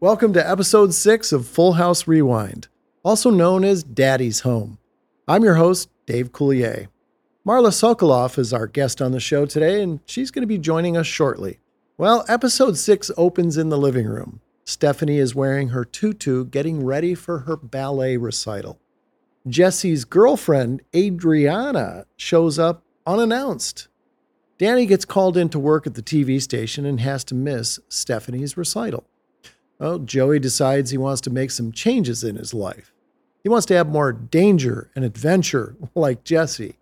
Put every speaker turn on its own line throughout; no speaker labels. Welcome to episode six of Full House Rewind, also known as Daddy's Home. I'm your host, Dave Coulier. Marla Sokoloff is our guest on the show today, and she's going to be joining us shortly. Well, episode six opens in the living room. Stephanie is wearing her tutu, getting ready for her ballet recital. Jesse's girlfriend, Adriana, shows up unannounced. Danny gets called in to work at the TV station and has to miss Stephanie's recital. Well, Joey decides he wants to make some changes in his life. He wants to have more danger and adventure like Jesse.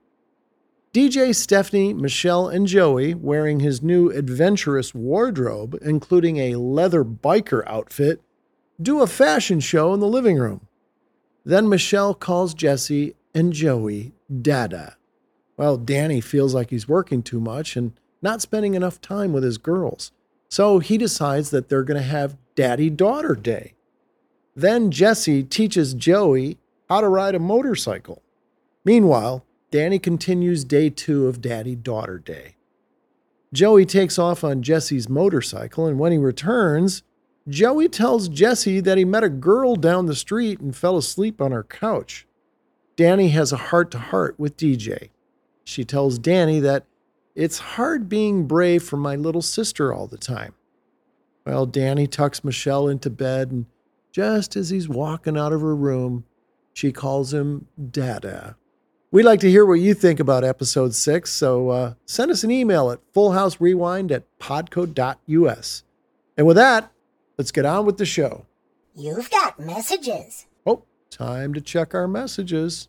DJ, Stephanie, Michelle, and Joey, wearing his new adventurous wardrobe, including a leather biker outfit, do a fashion show in the living room. Then Michelle calls Jesse and Joey Dada. Well, Danny feels like he's working too much and not spending enough time with his girls. So he decides that they're going to have Daddy Daughter Day. Then Jesse teaches Joey how to ride a motorcycle. Meanwhile, Danny continues day two of Daddy Daughter Day. Joey takes off on Jesse's motorcycle, and when he returns, Joey tells Jesse that he met a girl down the street and fell asleep on her couch. Danny has a heart to heart with DJ. She tells Danny that it's hard being brave for my little sister all the time. Well, Danny tucks Michelle into bed, and just as he's walking out of her room, she calls him Dada. We'd like to hear what you think about episode six, so uh, send us an email at fullhouserewind at podco.us. And with that, let's get on with the show.
You've got messages.
Oh, time to check our messages.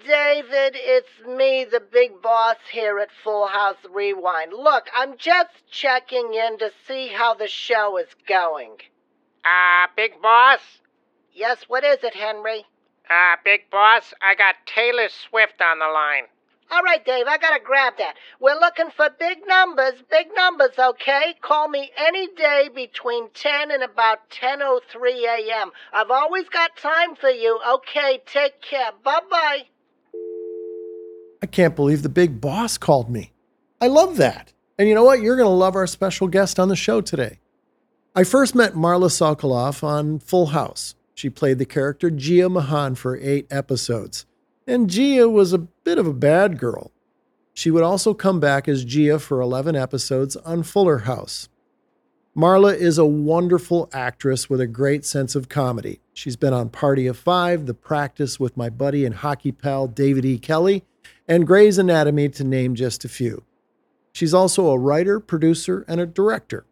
David, it's me, the big boss here at Full House Rewind. Look, I'm just checking in to see how the show is going.
Uh, Big Boss?
Yes, what is it, Henry?
Uh, Big Boss, I got Taylor Swift on the line.
All right, Dave, I gotta grab that. We're looking for big numbers, big numbers, okay? Call me any day between 10 and about 10.03 a.m. I've always got time for you, okay? Take care. Bye-bye.
I can't believe the big boss called me. I love that. And you know what? You're going to love our special guest on the show today. I first met Marla Sokoloff on Full House. She played the character Gia Mahan for eight episodes. And Gia was a bit of a bad girl. She would also come back as Gia for 11 episodes on Fuller House. Marla is a wonderful actress with a great sense of comedy. She's been on Party of Five, The Practice with my buddy and hockey pal David E. Kelly, and Grey's Anatomy, to name just a few. She's also a writer, producer, and a director.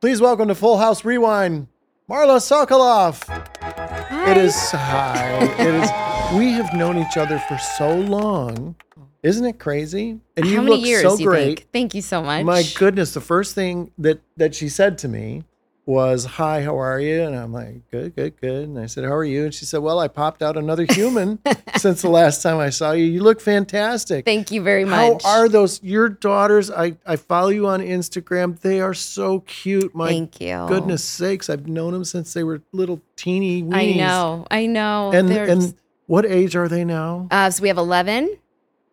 Please welcome to Full House Rewind, Marla Sokoloff. It is hi. It is. We have known each other for so long. Isn't it crazy? And you
How many
look
years
so
you
great.
think? Thank you so much.
My goodness, the first thing that that she said to me was, "Hi, how are you?" And I'm like, "Good, good, good." And I said, "How are you?" And she said, "Well, I popped out another human since the last time I saw you. You look fantastic."
Thank you very much.
How are those your daughters? I I follow you on Instagram. They are so cute. My
Thank you.
goodness sakes, I've known them since they were little teeny
I
weenies.
know. I know.
And
They're-
and what age are they now?
uh, so we have 11,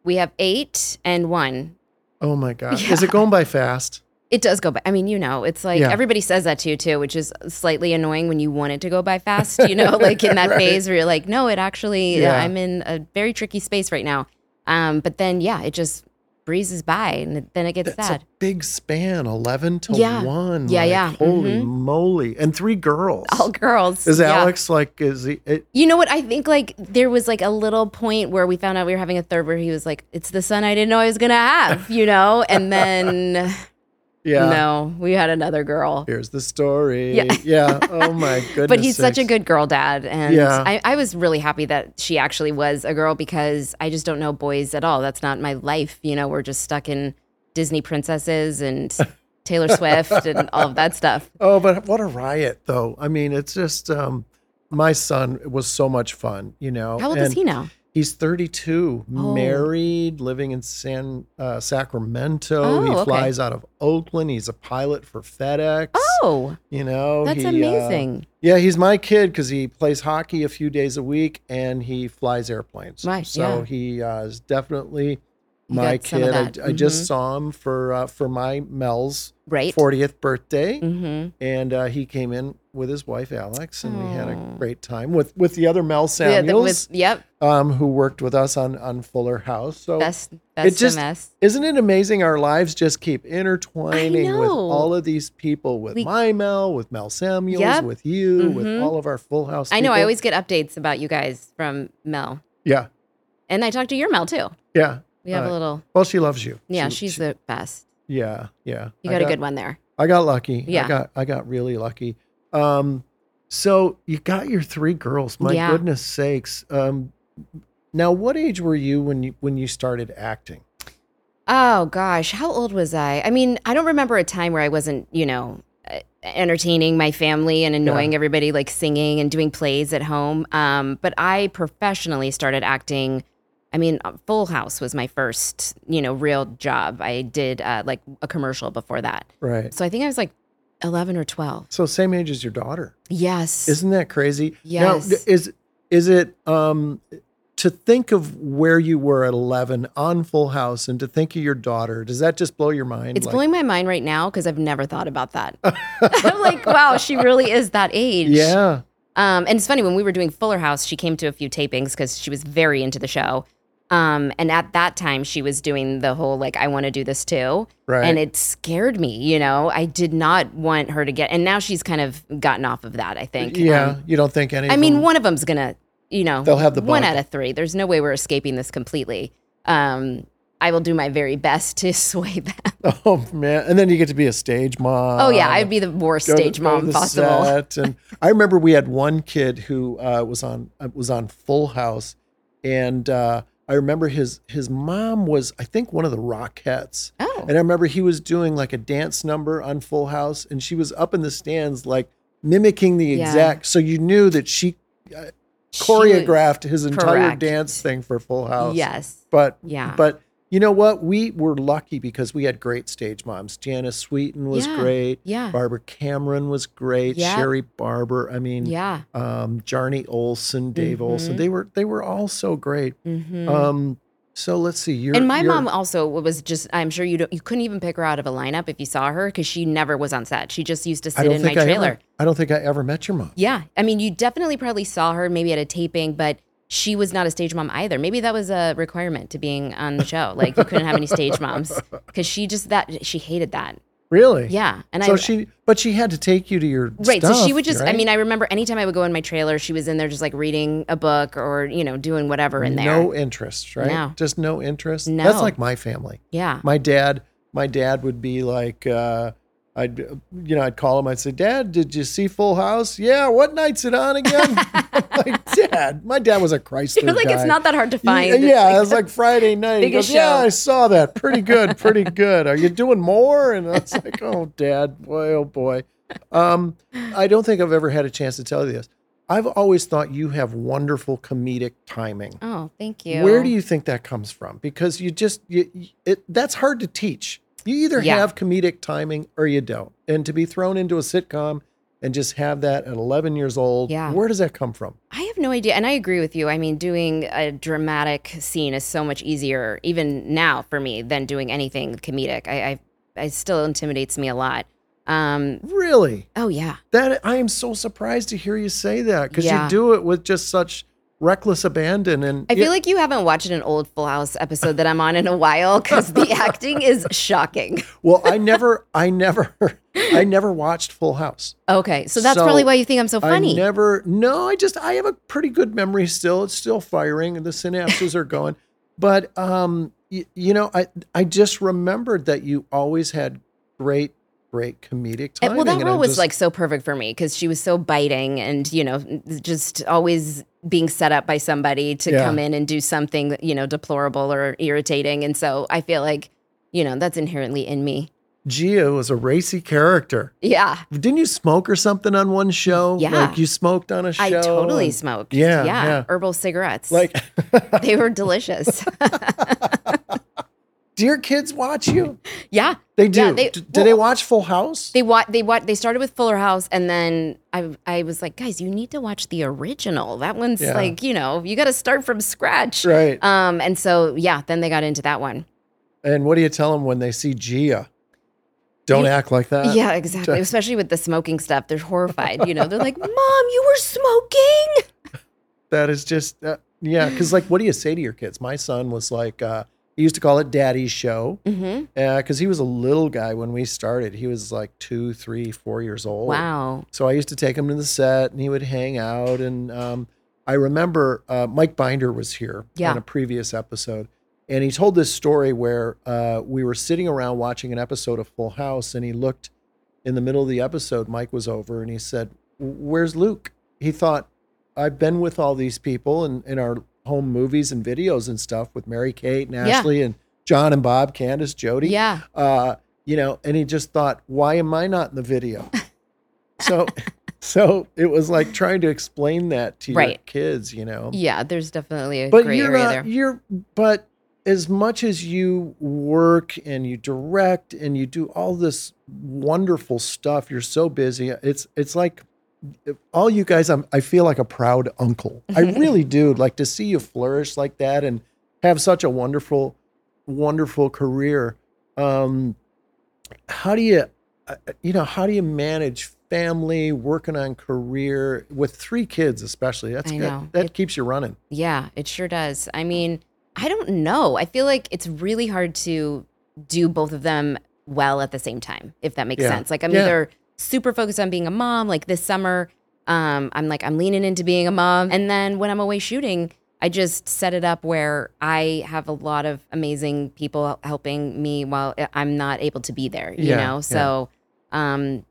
we have eight, and one.
Oh my god, is it going by fast?
It does go by. I mean, you know, it's like
Yeah.
everybody says that to you too, which is slightly annoying when you want it to go by fast, you know, like in that
Right.
phase where you're like, no, it actually, uh,
Yeah.
I'm in a very tricky space right now. Um, but then, yeah, it just breezes by and it- then it gets
That's
sad.
a big span, eleven to
Yeah.
one.
Yeah,
like,
yeah.
Holy
Mhm.
moly! And three girls.
All girls.
is
yeah.
Alex like? Is he? It,
You know what? I think like there was like a little point where we found out we were having a third where he was like, it's the son I didn't know I was going to have, you know? And then,
yeah.
no, we had another girl.
Here's the story. Yeah.
Yeah.
Oh my goodness.
But he's such a
sakes.
good girl dad. And
Yeah.
I, I was really happy that she actually was a girl because I just don't know boys at all. That's not my life. You know, we're just stuck in Disney princesses and Taylor Swift and all of that stuff.
Oh, but what a riot, though. I mean, it's just um, my son was so much fun. You know.
How old is
Oh, And
he now?
He's 32,
Oh.
married, living in San uh, Sacramento.
Oh,
he
okay.
flies out of Oakland. He's a pilot for FedEx.
Oh,
you know,
that's
he, uh,
amazing.
Yeah, he's my kid because he plays hockey a few days a week and he flies airplanes.
Right,
So
yeah.
he uh, is definitely
You
my
got some of
kid. I,
that.
I just
Mhm.
saw him for uh, for my Mel's
right?
40th birthday,
hmm
and uh, he came in with his wife Alex, and we had a
Aw.
great time with with the other Mel Samuels,
yep.
um, who worked with us on on Fuller House. So
Best, best
Oh, just-
MS.
isn't it amazing our lives just keep intertwining with
know.
all of these people with
We-
my Mel, with Mel Samuels,
Yep.
with you, with
Mhm.
all of our full house.
I know. I
people.
always get updates about you guys from Mel,
Yeah.
and I talk to your Mel too.
Yeah.
We have
Uh,
a little.
Well, she loves you.
Yeah,
She-
she's
she-
the best.
Yeah. Yeah.
You
I
got, a good one there.
I got lucky. I
Yeah.
got I got really lucky. Um so you got your three girls. My
Yeah.
goodness sakes. Um now what age were you when you when you started acting?
Oh gosh, how old was I? I mean, I don't remember a time where I wasn't, you know, uh, entertaining my family and annoying everybody, like singing and doing plays at home. Um, but I professionally started acting. I mean, uh, Full House was my first, you know, real job. I did uh, like a commercial before that,
Right.
so I think I was like eleven or twelve.
So same age as your daughter.
Yes.
Isn't that crazy? Now,
Yes.
d- is is it um to think of where you were at 11 on Full House and to think of your daughter, does that just blow your mind?
It's
Like-
blowing my mind right now because I've never thought about that. I'm like, wow, she really is that age.
Yeah.
Um, and it's funny when we were doing Fuller House, she came to a few tapings because she was very into the show. Um, and at that time, she was doing the whole like, I want to do this too,
Right.
and it scared me. You know, I did not want her to get. And now she's kind of gotten off of that. I think.
yeah,
Um,
you don't think any
I
of
mean,
them-
one of them's gonna, you know,
They'll have the
one
bug.
out of three. There's no way we're escaping this completely. Um, I will do my very best to sway them.
Oh man! And then you get to be a stage mom.
Oh yeah, I'd be the worst
Um, go to-
stage
go to
mom
the
possible.
set. And I remember we had one kid who uh, was on uh, was on Full House, and uh, I remember his his mom was I think one of the Rockettes,
Oh,
and I remember he was doing like a dance number on Full House, and she was up in the stands like mimicking the
Yeah.
exact. So you knew that she
she was-
choreographed his entire
correct.
dance thing for Full House.
Yes.
But
Yeah.
But you know what? We were lucky because we had great stage moms. Janice Sweeten was
Yeah,
great.
yeah.
Barbara Cameron was great.
Yep.
Sherry Barber. I mean,
Yeah.
um, Jarny Olson, Dave Olson.
Mhm.
They were they were all so great.
hmm
Um, so let's see. You're,
and my
you're-
mom also was just I'm sure you don't you couldn't even pick her out of a lineup if you saw her cuz she never was on set. She just used to
I
sit
don't
in my
think I
trailer.
Ever, I don't think I ever met your mom.
Yeah. I mean, you definitely probably saw her maybe at a taping, but she was not a stage mom either. Maybe that was a requirement to being on the show. Like you couldn't have any stage moms cuz she just that she hated that.
Really?
Yeah. And
so
I
she, but she had to take you to your
Right. so she
stuff,
would just,
right?
I mean, I remember anytime I would go in my trailer, she was in there just like reading a book or, you know, doing whatever in there.
No interest, right?
No.
Just no interest.
No.
That's like my family.
yeah.
my dad my dad would be like uh I'd you know I'd call him I'd say dad did you see Full House yeah what night's it on again I'm like dad my dad was a Chrysler
You're like,
guy.
it's not that hard to
Yeah,
find. It's
yeah
like-
it was like Friday night he goes
biggest
yeah
show."
I saw that pretty good pretty good are you doing more and I was like oh dad boy oh boy um I don't think I've ever had a chance to tell you this I've always thought you have wonderful comedic timing
oh, thank you.
where do you think that comes from? Because you just you, you- it, that's hard to teach. You either
Yeah.
have comedic timing or you don't. And to be thrown into a sitcom and just have that at 11 years old,
Yeah.
where does that come from?
I have no idea. And I agree with you. I mean, doing a dramatic scene is so much easier, even now for me, than doing anything comedic. I, I it still intimidates me a lot. Um,
Really?
oh yeah,
That I am so surprised to hear you say that because
Yeah.
you do it with just such reckless abandon. And
I
it-
feel like you haven't watched an old Full House episode that I'm on in a while because the acting is shocking.
well, I never, I never, I never watched Full House.
Okay, so that's
So,
probably why you think I'm so Oh, funny.
I never, no, I just, I have a pretty good memory still. It's still firing and the synapses are going. But, um, y- you know, I, I just remembered that you always had great, great comedic
And-
timing.
well, that
and I
role was
just-
like so perfect for me because she was so biting and you know just always being set up by somebody to
Yeah.
come in and do something you know deplorable or irritating, and so I feel like you know that's inherently in me.
Gia was a racy character.
Yeah,
Didn't you smoke or something on one show?
Yeah.
Like you smoked on a show.
I totally
and-
smoked.
Yeah,
yeah,
yeah.
herbal cigarettes.
Like,
they were delicious.
do your kids watch you?
yeah,
They do.
Yeah, they-
D- do they
well-
watch Full House?
They wa- they wa- they started with Fuller House and then I I was like, guys, you need to watch the original. That one's
Yeah.
like, you know, you got to start from scratch.
right.
Um and so yeah, then they got into that one.
and what do you tell them when they see Gia? Don't
You-
act like that.
yeah, exactly. Especially with the smoking stuff. They're horrified, you know. They're like, "Mom, you were smoking?"
That is just, uh, yeah. Cause like, what do you say to your kids? My son was like, uh, he used to call it daddy's show
Mhm.
because he was a little guy when we started. He was like two, three, four years old.
Wow.
So I used to take him to the set and he would hang out. And um, I remember uh, Mike Binder was here
Yeah.
on a previous episode. And he told this story where uh, we were sitting around watching an episode of Full House. And he looked in the middle of the episode, Mike was over and he said, Where's Luke? He thought, I've been with all these people and in our home movies and videos and stuff with Mary Kate and
Yeah.
Ashley and John and Bob, Candace, Jody
Yeah.
uh, you know, and he just thought, why am I not in the video? So, so it was like trying to explain that to your
Right.
kids, you know.
Yeah, there's definitely a
but
gray
you're
area
not,
there.
you're, but as much as you work and you direct and you do all this wonderful stuff, you're so busy. It's, it's like all you guys, I'm, I feel like a proud uncle. I really do. Like to see you flourish like that and have such a wonderful, wonderful career. Um, how do you, uh, you know, how do you manage family, working on career with three kids, especially? That's
I
good.
know.
That
It-
keeps you running.
Yeah, it sure does. I mean, I don't know. I feel like it's really hard to do both of them well at the same time, if that makes
Yeah.
sense. Like I'm
Yeah.
either super focused on being a mom, like this summer, um, I'm like I'm leaning into being a mom. And then when I'm away shooting, I just set it up where I have a lot of amazing people helping me while eh, I'm not able to be there, you
Yeah, yeah.
know? So um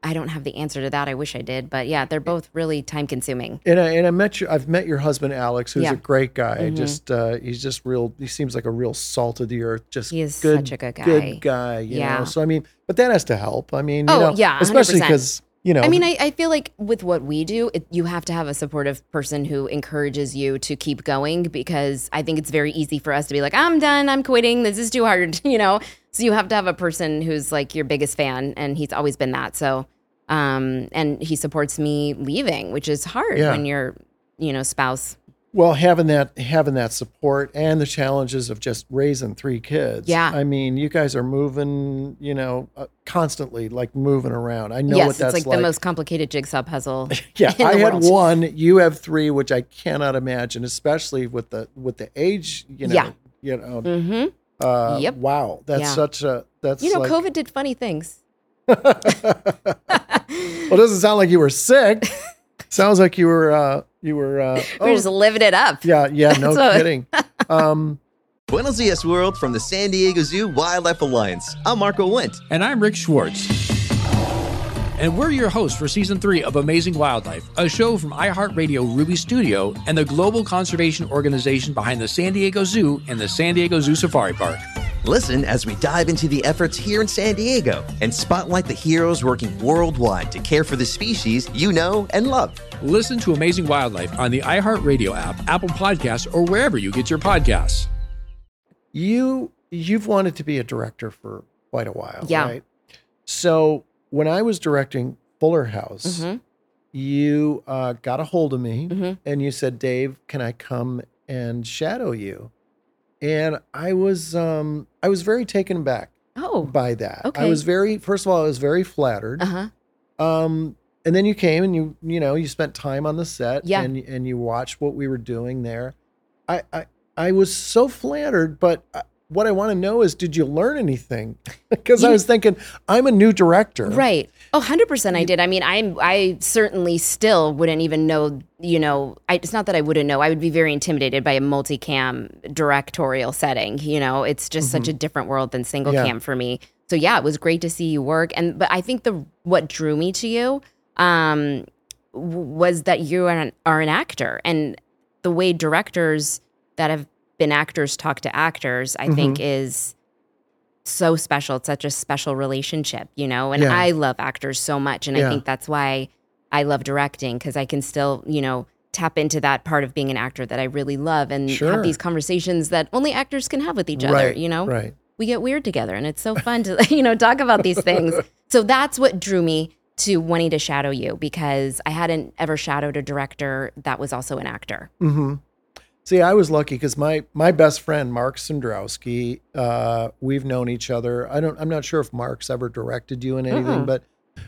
I don't have the answer to that. I wish I did, but yeah, they're both really time consuming.
And I, and I met you, I've met your husband, Alex, who's
Yeah.
a great guy.
Mhm.
Just, uh, he's just real, he seems like a real salt of the earth. Just
He is
good,
such a good guy.
good guy. You
Yeah.
Know? So I mean, but that has to help. I mean, you
Oh,
know,
yeah,
especially
100%.
because you know,
I mean, I, I feel like with what we do, it, you have to have a supportive person who encourages you to keep going because I think it's very easy for us to be like, I'm done, I'm quitting, this is too hard, you know? So you have to have a person who's like your biggest fan, and he's always been that. So, um, and he supports me leaving, which is hard
Yeah.
when you're, you know, spouse.
well, having that having that support and the challenges of just raising three kids.
Yeah.
I mean, you guys are moving, you know, uh, constantly like moving around. I know
yes,
what that's
it's like, the most complicated jigsaw puzzle.
yeah,
in
I
the
had
world.
one. You have three, which I cannot imagine, especially with the with the age. You know,
Yeah.
you know.
hmm
Uh,
Yep.
Wow, that's
Yeah.
such a that's
You know,
like,
COVID did funny things.
well, it doesn't sound like you were sick. Sounds like you were uh you were uh
We're
oh,
just living it up.
yeah, yeah, no
That's what-
kidding. Um
Buenos Dias World from the San Diego Zoo Wildlife Alliance. I'm Marco Wendt.
And I'm Rick Schwartz. And we're your hosts for season three of Amazing Wildlife, a show from iHeartRadio Ruby Studio and the global conservation organization behind the San Diego Zoo and the San Diego Zoo Safari Park.
Listen as we dive into the efforts here in San Diego and spotlight the heroes working worldwide to care for the species you know and love.
Listen to Amazing Wildlife on the iHeartRadio app, Apple Podcasts, or wherever you get your podcasts.
you you've wanted to be a director for quite a while,
Yeah.
right? So when I was directing Fuller House,
Mhm.
you uh, got a hold of me
Mhm.
and you said, Dave, can I come and shadow you? And I was um I was very taken back
Oh.
by that. I
Okay.
was very, first of all, I was very flattered.
Uh huh.
Um, and then you came and you, you know, you spent time on the set
Yeah.
and, and you watched what we were doing there. I, I, I was so flattered, but uh what I want to know is, did you learn anything? Because I
You-
was thinking, I'm a new director.
Right. Oh, 100% I did. I mean, I'm I certainly still wouldn't even know, you know, I, it's not that I wouldn't know. I would be very intimidated by a multicam directorial setting, you know. It's just such a different world than single
Yeah.
cam for me. So yeah, it was great to see you work and but I think the what drew me to you um w- was that you are an, are an actor and the way directors that have been actors talk to actors, I think is so special. It's such a special relationship, you know? And
Yeah.
I love actors so much. And
Yeah.
I think that's why I love directing because I can still, you know, tap into that part of being an actor that I really love and
Sure.
have these conversations that only actors can have with each other,
Right,
you know?
Right.
we get weird together and it's so fun to you know talk about these things so that's what drew me to wanting to shadow you because i hadn't ever shadowed a director that was also an actor
hmm See, I was lucky because my my best friend Mark Sandrowski, uh, we've known each other. I don't. I'm not sure if Mark's ever directed you in anything,
Mm-mm.
but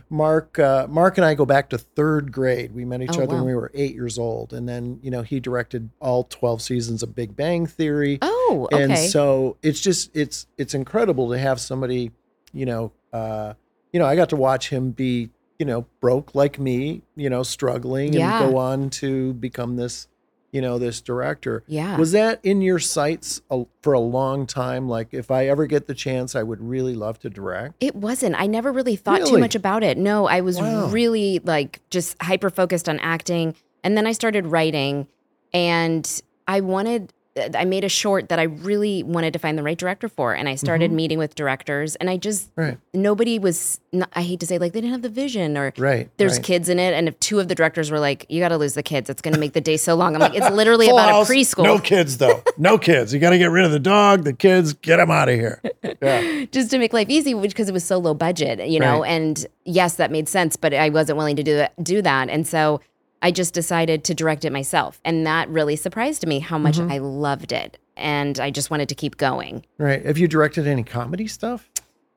Mark uh, Mark and I go back to third grade. We met each
Oh,
other when
wow.
we were eight years old, and then you know he directed all 12 seasons of Big Bang Theory.
oh okay
And so it's just it's it's incredible to have somebody, you know, uh, you know, I got to watch him be, you know, broke like me, you know, struggling
Yeah.
and go on to become this, you know, this director.
yeah
Was that in your sights a, for a long time? Like, if I ever get the chance, I would really love to direct.
It wasn't. I never really thought too
Really?
much about it. No, I was
Wow.
really like just hyper focused on acting. And then I started writing and I wanted, I made a short that I really wanted to find the right director for. And I started meeting with directors and I just,
Mm-hmm. Right.
nobody was, not, I hate to say, like they didn't have the vision or
Right.
there's
right.
kids in it. And if two of the directors were like, you got to lose the kids, it's going to make the day so long. I'm like, it's literally
Full
about
house,
a preschool.
No kids though. No kids. You got to get rid of the dog, the kids. Get them out of here. Yeah.
just to make life easy because it was so low budget, you know.
Right.
And yes, that made sense, but I wasn't willing to do that, do that. And so I just decided to direct it myself, and that really surprised me how much
Mm-hmm.
I loved it, and I just wanted to keep going.
Right. Have you directed any comedy stuff?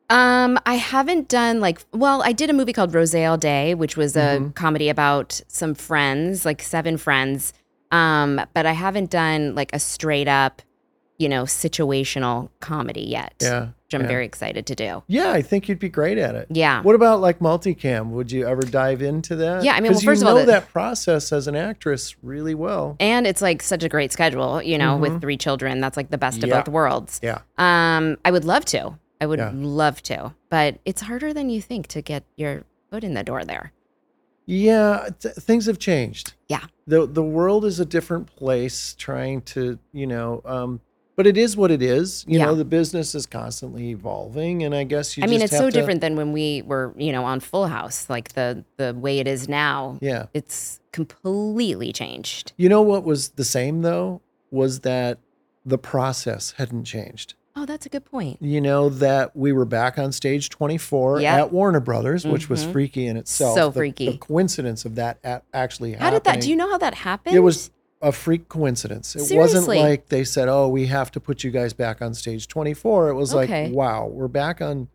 Um, I haven't done like well, I did a movie called Rose All Day, which was a
Mm-hmm.
comedy about some friends, like seven friends. Um, but I haven't done like a straight up, you know, situational comedy yet.
Yeah.
Which
yeah.
I'm very excited to do.
Yeah, I think you'd be great at it.
Yeah.
What about like multicam? Would you ever dive into that?
Yeah, I mean,
'Cause
well, first
you
of all,
know
the-
that process as an actress really well.
And it's like such a great schedule, you know,
Mhm.
with three children. That's like the best of
Yeah.
both worlds.
Yeah.
Um, I would love to. I would
Yeah.
love to, but it's harder than you think to get your foot in the door there.
Yeah, th- things have changed.
Yeah.
The the world is a different place trying to, you know, um but it is what it is. You
Yeah.
know, the business is constantly evolving and I guess you
I mean,
just
it's
have
so
to-
different than when we were, you know, on Full House, like the the way it is now.
Yeah.
It's completely changed.
You know what was the same though was that the process hadn't changed.
Oh, that's a good point.
you know that we were back on stage 24
Yep.
at Warner Brothers, which was
Mhm.
freaky in itself.
So
The- The
freaky.
coincidence of that a- actually
How did that? Do you
happening.
know how that happened?
It was a freak coincidence. It wasn't
Seriously.
like they said, "Oh, we have to put you guys back on stage 24." It was
Okay.
like, "Wow, we're back on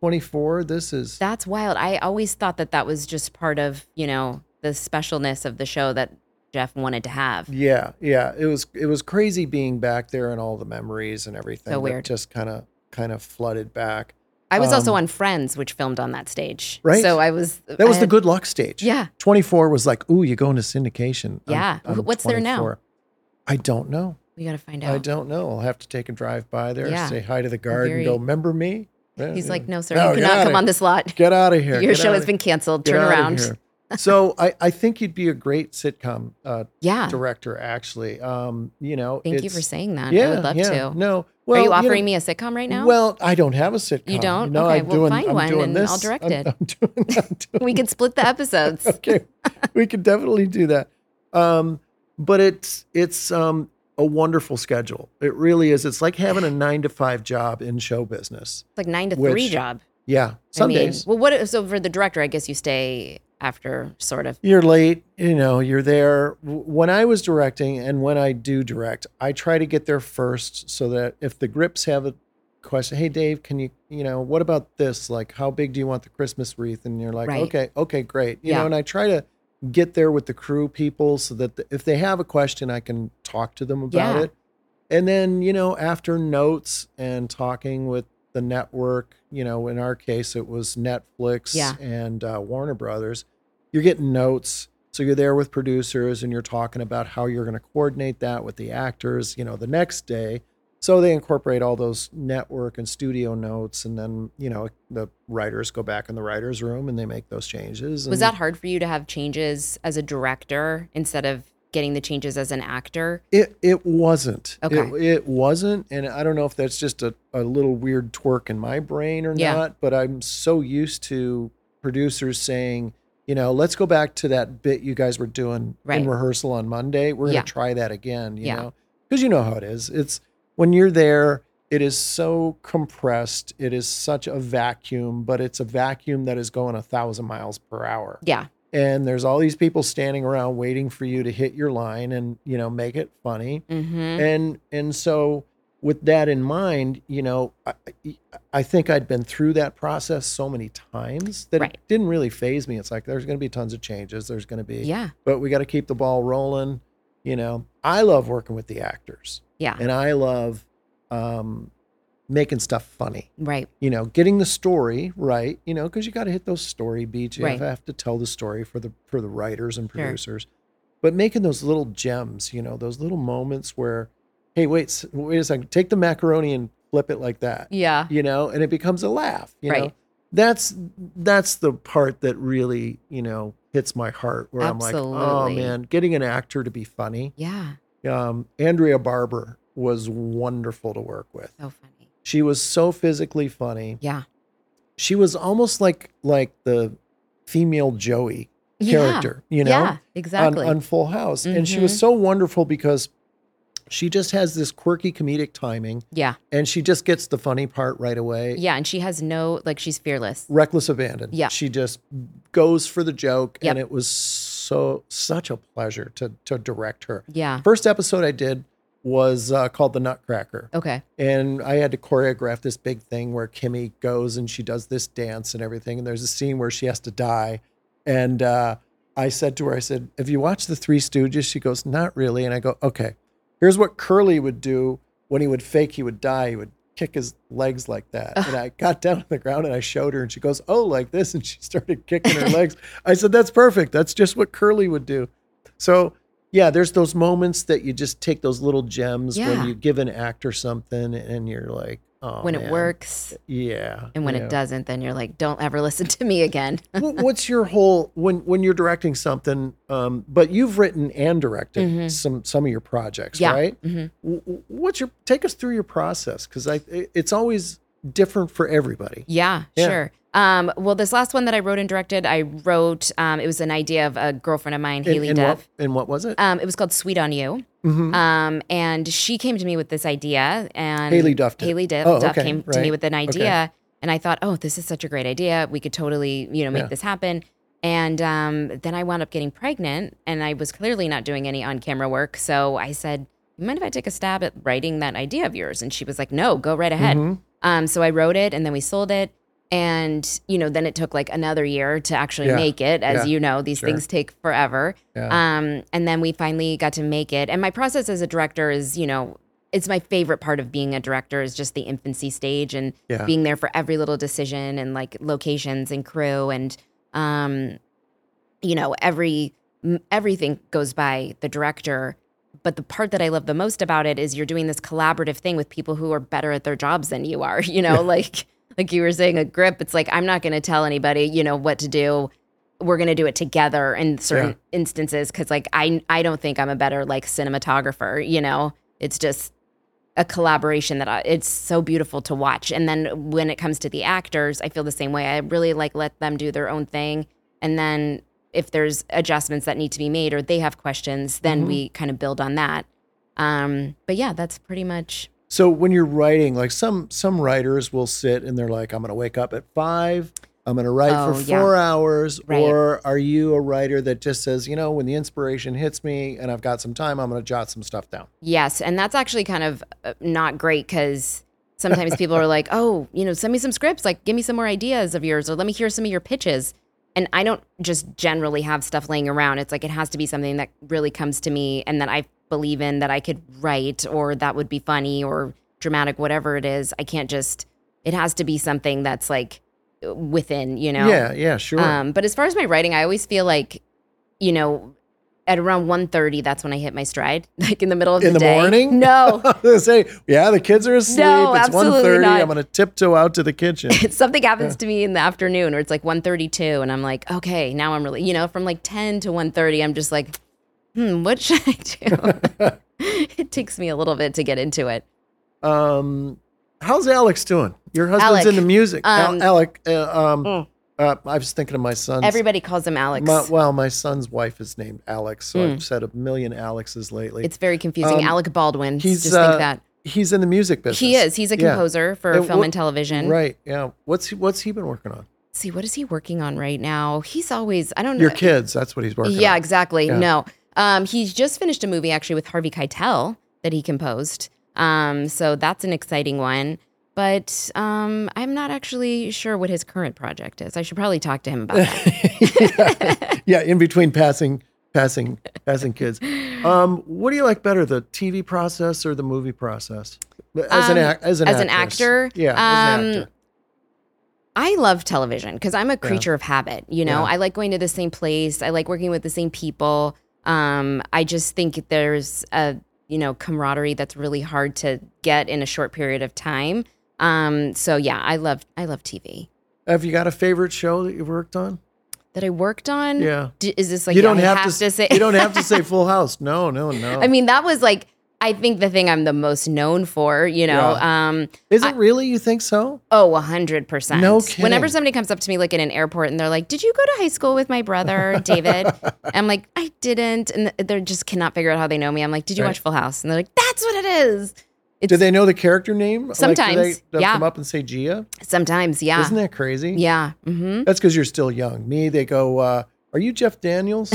24. This is
That's wild. I always thought that that was just part of, you know, the specialness of the show that Jeff wanted to have.
Yeah, yeah. It was it was crazy being back there and all the memories and everything. that
weird.
Just kind of kind of flooded back.
I was also
Um,
on Friends, which filmed on that stage.
Right.
So I was.
That was
I
the
had-
good luck stage.
Uh, Yeah.
24 was like, ooh, you go into syndication. on-
Yeah.
on
Wh- what's there now?
24." I don't know.
We got to find out.
I don't know. I'll have to take a drive by there,
Yeah.
say hi to the guard, and
Very-
go, remember me? Yeah, Oh,
He's
yeah.
like, no, sir,
No,
you
get outta
cannot come on
here.
this lot.
Get out of here.
Your
Get
show
outta
has
here.
been canceled.
Get
Turn
outta
around.
here." so I, I think you'd be a great sitcom uh,
Yeah.
director, actually. Um, you know,
Thank you for
it's-
saying that.
Yeah,
I would love
yeah.
to.
No. Well,
Are you
know,
offering me a sitcom right now?
Well, I don't have a sitcom.
don't?
No,
Okay,
I'm
well,
doing,
find
I'm
one
doing
and
this.
I'll direct
I'm-
it.
I'm doing, I'm doing
we could split the episodes.
okay we could definitely do that um but it's it's um a wonderful schedule it really is it's like having a nine to five job in show business
It's like nine to three
Which-
job.
yeah some
I mean,
days
Well, what? So for the director, I guess you stay after sort of.
you're late you know you're there W- when i was directing and when i do direct i try to get there first so that if the grips have a question, hey Dave, can you you know what about this? Like, how big do you want the Christmas wreath? And you're like,
Right.
okay, okay, great. You
Yeah.
know, and I try to get there with the crew people so that the, if they have a question, I can talk to them about
Yeah.
it. And then you know, after notes and talking with the network, you know, in our case, it was Netflix
Yeah.
and uh, Warner Brothers. You're getting notes. So you're there with producers and you're talking about how you're going to coordinate that with the actors, you know, the next day. So they incorporate all those network and studio notes, and then you know the writers go back in the writers' room and they make those changes.
Was
and-
that hard for you to have changes as a director instead of getting the changes as an actor?
It it wasn't. It- It,
Okay.
wasn't, and I don't know if that's just a, a little weird twerk in my brain or
Yeah.
not. But I'm so used to producers saying, you know, let's go back to that bit you guys were doing
Right.
in rehearsal on Monday. We're
Yeah.
gonna try that again. You
Yeah.
know, because you know how it is. It's when you're there. It is so compressed. It is such a vacuum, but it's a vacuum that is going a thousand miles per hour
Yeah.
and there's all these people standing around waiting for you to hit your line and you know make it funny
Mm-hmm.
and and so with that in mind you know I, I- I think i'd been through that process so many times that
Right.
it didn't really phase me it's like there's going to be tons of changes there's going to be
Yeah.
but we got to keep the ball rolling you know i love working with the actors
Yeah.
and i love um making stuff funny
Right.
you know, getting the story right, you know, because you got to hit those story beats. You
Right.
have to tell the story for the for the writers and
Sure.
producers, but making those little gems, you know, those little moments where, hey, wait, s- wait a second, take the macaroni and flip it like that,
Yeah.
you know, and it becomes a laugh. You know,
Right.
that's that's the part that really you know hits my heart where I'm like, oh
Absolutely.
man, getting an actor to be funny.
Yeah.
Um, Andrea Barber was wonderful to work with.
So funny.
She was so physically funny
Yeah.
she was almost like like the female Joey character, you know,
Yeah. Exactly.
on, on Full House. And she was
Mhm.
so wonderful because she just has this quirky comedic timing
yeah.
and she just gets the funny part right away.
Yeah. And she has no like. She's fearless.
Reckless abandon.
Yeah.
She just goes for the joke.
Yep.
And it was so such a pleasure to to direct her.
Yeah.
First episode I did was uh, called The Nutcracker
Okay.
and I had to choreograph this big thing where Kimmy goes and she does this dance and everything. And there's a scene where she has to die. And uh, I said to her, I said, Have you watched The Three Stooges? She goes, Not really. And I go, Okay, here's what Curly would do when he would fake he would die. He would kick his legs like that. And I got down on the ground and I showed her, and she goes, Oh, like this. And she started kicking her legs. I said, That's perfect. That's just what Curly would do. So, yeah, there's those moments that you just take those little gems
Yeah.
when you give an actor something and you're like, oh,
when
man."
it works
Yeah.
and when
yeah.
it doesn't, then you're like, don't ever listen to me again.
What- What's your whole when when you're directing something? Um, but you've written and directed
Mhm.
some some of your projects,
yeah.
right?
hmm
W- w- What's your take us through your process? Because I it- it's always different for everybody.
Yeah,
Yeah.
sure. Um, well, this last one that I wrote and directed, I wrote. Um, it was an idea of a girlfriend of mine,
And-
Haley
and,
Dev.
what, and what was it?
Um, it was called "Sweet on You,"
Mhm.
um, and she came to me with this idea. And
Haley Duff did.
Haley Duff,
Oh,
Duff
okay,
came to
right,
me with an idea, and I thought, oh, this is such a great idea. We could totally, you know, make
Yeah.
this happen. And um, then I wound up getting pregnant, and I was clearly not doing any on-camera work. So I said, "You mind if I take a stab at writing that idea of yours?" And she was like, "No, go right ahead."
Mhm.
Um, so I wrote it and then we sold it. And, you know, then it took like another year to actually
Yeah.
make it. As
Yeah.
you know, these
Sure.
things take forever.
Yeah.
Um, and then we finally got to make it. And my process as a director is, you know, it's my favorite part of being a director is just the infancy stage and
Yeah.
being there for every little decision and like locations and crew and um you know every m- everything goes by the director but the part that i love the most about it is you're doing this collaborative thing with people who are better at their jobs than you are you know like like you were saying a grip it's like i'm not going to tell anybody you know what to do we're going to do it together in certain instances cuz like i i don't think i'm a better like cinematographer you know it's just a collaboration that I, it's so beautiful to watch. And then when it comes to the actors, I feel the same way. I really like let them do their own thing, and then if there's adjustments that need to be made or they have questions, then we kind of build on that. Um, but yeah, that's pretty much
So when you're writing, like some some writers will sit and they're like, I'm gonna wake up at five, I'm gonna write
Oh,
for
yeah.
four hours.
Right.
Or are you a writer that just says, you know, when the inspiration hits me and I've got some time, I'm gonna jot some stuff down.
yes, and that's actually kind of uh, not great because sometimes people are like, oh, you know, send me some scripts, like give me some more ideas of yours, or let me hear some of your pitches. And I don't just generally have stuff laying around. It's like it has to be something that really comes to me and that I believe in that I could write or that would be funny or dramatic, whatever it is. I can't just, it has to be something that's like within, you know?
Yeah, yeah, sure.
Um, but as far as my writing, I always feel like, you know, at around 1.30, that's when I hit my stride, like in the middle of
in the,
day.
morning?
No,
say, yeah, the kids are asleep.
No,
it's
absolutely
1.30.
not.
I'm going to tiptoe out to the kitchen.
something happens to me in the afternoon or it's like 1.32 and i'm like okay now i'm really you know from like 10 to 1.30 i'm just like hmm what should i do it takes me a little bit to get into it
um, how's Alex doing? Your husband's
Alec,
into music. Al-
um, mm.
Alec, uh, um, uh, I was thinking of my son's.
everybody calls him alex
My, well, my son's wife is named Alex, so I've said a million Alexes lately.
Mm. it's very confusing
um,
alec baldwin
he's
just
uh,
think that
he's in the music business.
he is he's a
Yeah.
composer for
And
film
what-
and television
Right. Yeah. What's he, what's he been working on?
see what is he working on right now he's always i don't know
Your kids. That's what he's working
Uh, yeah,
on.
exactly.
Yeah.
No. Um, he's just finished a movie actually with Harvey Keitel that he composed. Um, so that's an exciting one. But um, I'm not actually sure what his current project is. I should probably talk to him about that.
Yeah. In between passing, passing, passing kids. Um, what do you like better, the TV process or the movie process? As an
Um,
ac- as an
as an
actress.
actor,
Yeah. As an
um,
actor.
I love television because I'm a creature of habit. You know, I like going to the same place. I like working with the same people. Um, I just think there's a you know camaraderie that's really hard to get in a short period of time. Um, so yeah, I love I love TV.
Have you got a favorite show that you've worked on?
that I worked on.
Yeah.
D- is this like
you don't
I
have, to, s-
say?
You don't have to say Full House. No. No. No.
I mean, that was like I think the thing I'm the most known for. You know. Um.
is it really? You think so?
Oh, hundred percent.
No kidding.
Whenever somebody comes up to me, like in an airport, and they're like, "Did you go to high school with my brother, David?" I'm like, "I didn't," and th- they just cannot figure out how they know me. I'm like, "Did you
Right.
watch Full House?" And they're like, "That's what it is." It's
Do they know the character name? Like, do
Sometimes,
they- they'll
yeah.
come up and say Gia.
sometimes, yeah,
Isn't that crazy?
yeah. hmm
That's because you're still young. Me, they go, uh, "Are you Jeff Daniels?"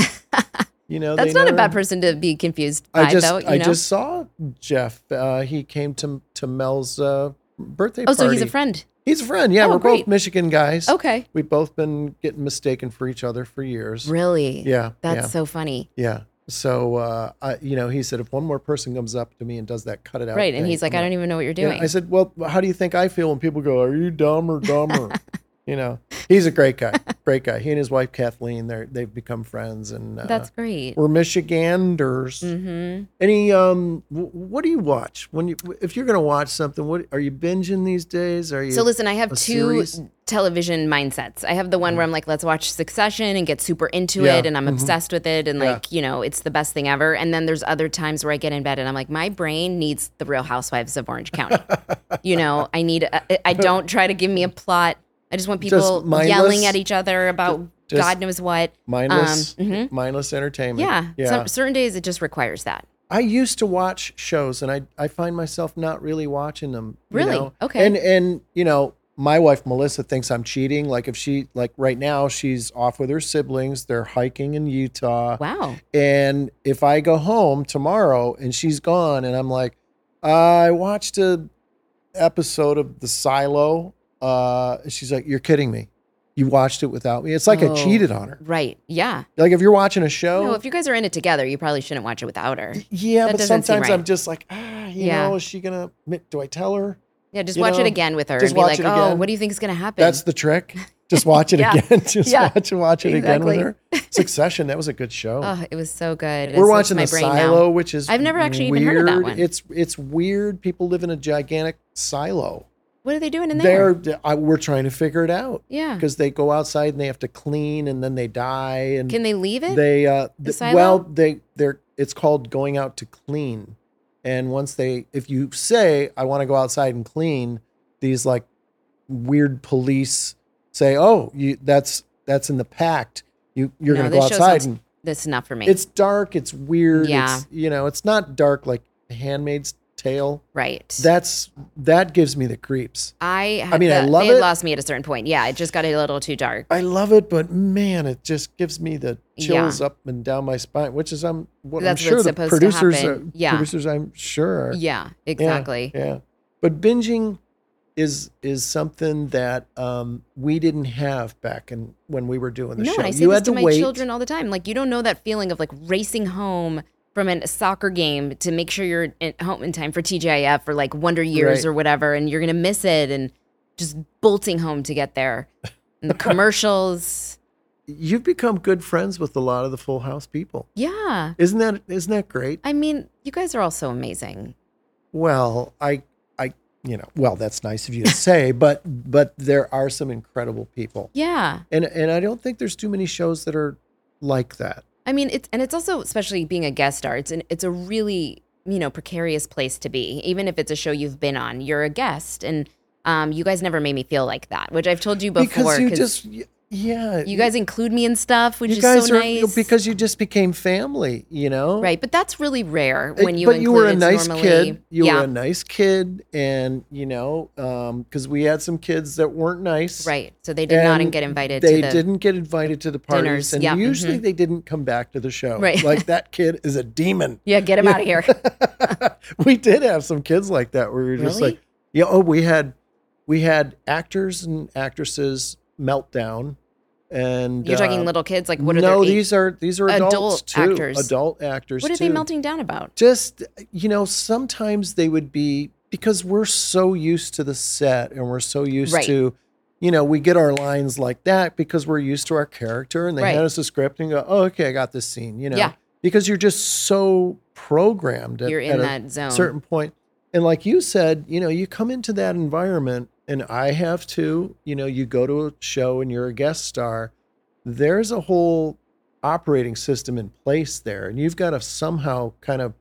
you know,
That's
they
not a
never-
bad person to be confused by,
I just,
though. You
I
know.
just saw Jeff. Uh, he came to to Mel's uh, birthday
oh,
party.
so he's a friend.
He's a friend. Yeah,
Oh,
we're both
great.
Michigan guys.
Okay.
we've both been getting mistaken for each other for years.
Really?
Yeah,
That's
yeah.
so funny.
Yeah. So, uh, I, you know, he said, if one more person comes up to me and does that, cut it out.
Right. And
thing,
he's like,
I'm
I don't even know what you're
Yeah,
doing.
I said, "Well, how do you think I feel when people go, "Are you dumb or dumber?" you know, he's a great guy, great guy. He and his wife Kathleen, they are they've become friends, and uh,
That's great.
we're Michiganders.
hmm
Any um, w- what do you watch when you if you're gonna watch something? What are you binging these days? Are you
So listen, I have
a
two
series? Mm-hmm.
television mindsets. I have the one where I'm like, let's watch Succession and get super into
Yeah,
it, and I'm
mhm.
obsessed with it, and
Yeah.
like, you know, it's the best thing ever. And then there's other times where I get in bed and I'm like, my brain needs the Real Housewives of Orange County. you know, I need. A, I don't try to give me a plot. I just want
Just
people
mindless?
yelling at each other about
Just
God knows what.
mindless,
um, mhm.
mindless entertainment?
Yeah,
yeah.
Some, certain days it just requires that.
I used to watch shows and I I find myself not really watching them. you
Really?
know?
Okay.
And and you know, my wife Melissa thinks I'm cheating. Like if she like right now she's off with her siblings, they're hiking in Utah.
Wow.
And if I go home tomorrow and she's gone and I'm like, I watched a episode of The Silo. Uh she's like, You're kidding me. You watched it without me. It's like I
Oh.
cheated on her.
Right. Yeah.
Like if you're watching a show,
No, if you guys are in it together, you probably shouldn't watch it without her.
Yeah,
That
but
doesn't seem
sometimes I'm
right.
just like, ah, you
Yeah.
know, is she gonna? Do I tell her?
Yeah, just
You
watch
know,
it again with her
just
and be
watch
like,
it
"Oh,
again."
what do you think is going to happen?"
That's the trick. Just watch it
Yeah.
again. Just
Yeah.
watch watch it again
Exactly.
with her. Succession. That was a good show.
oh, it was so good. It's-
We're
it's
watching
my
the
brain
silo,
now.
which is
I've never actually
weird.
even heard of that one.
It's it's weird. People live in a gigantic silo.
What are they doing in there?
They're I, we're trying to figure it out
yeah.
because they go outside and they have to clean and then they die and
Can they leave it?
they uh
The
th-
silo?
well they they're it's called going out to clean and once they if you say i want to go outside and clean these like weird police say oh you that's that's in the pact you you're
No,
gonna go
this show
outside
sounds
and
That's not for me.
it's dark it's weird
Yeah.
it's you know it's not dark like handmaid's tale
right.
that's that gives me the creeps
I. Had
I mean, I
the-
love
they had
it.
lost me at a certain point. Yeah, it just got a little too dark.
i love it but man it just gives me the
Yeah.
chills up and down my spine which is i'm what
That's
i'm sure
what's
the
supposed to
producers
happen.
are
Yeah.
producers i'm sure are
Yeah,
Yeah,
exactly.
Yeah. But binging, is is something that um, we didn't have back in when we were doing the
no,
show.
and I say
you
this
had
to,
to,
my
wait.
children all the time. Like, you don't know that feeling of like racing home from a soccer game to make sure you're in, home in time for TGIF or like Wonder Years
Right.
or whatever, and you're gonna miss it, and just bolting home to get there, and the commercials.
You've become good friends with a lot of the Full House people.
Yeah,
Isn't that isn't that great?
I mean, you guys are all so amazing.
Well, I I you know, well, that's nice of you to say, but but there are some incredible people.
Yeah,
And and I don't think there's too many shows that are like that.
I mean, it's and it's also especially being a guest star. It's an, it's a really you know precarious place to be, even if it's a show you've been on. You're a guest, and um, you guys never made me feel like that, which I've told you before.
because you just y- yeah.
you guys include me in stuff, which
you
is
guys
so
are
nice.
because you just became family, you know?
right, but that's really rare
It-
when you.
but you were a
include,
nice
it's normally,
kid. You
yeah,
were a nice kid and you know, um, because we had some kids that weren't nice.
right. So they did not
and
get invited.
They
to the,
didn't get invited to the parties,
dinners.
and
Yeah, mm-hmm.
usually they didn't come back to the show.
Right.
like that kid is a demon.
Yeah, get him out of here.
we did have some kids like that where we were just
Really?
like, yeah, oh, we had we had actors and actresses meltdown, and
You're talking
uh,
little kids. Like, what are
no,
their age-
these are these are adults
Adult
too,
actors.
adult actors.
What are they
too.
melting down about?
Just you know, sometimes they would be because we're so used to the set and we're so used
Right.
to. You know, we get our lines like that because we're used to our character, and they
Right.
hand us a script and go, "Oh, okay, I got this scene." You know,
Yeah.
because you're just so programmed. At,
You're
at
in
a
that zone.
certain point. And like you said, you know, you come into that environment, and I have too. You know, you go to a show and you're a guest star. There's a whole operating system in place there, and you've got to somehow kind of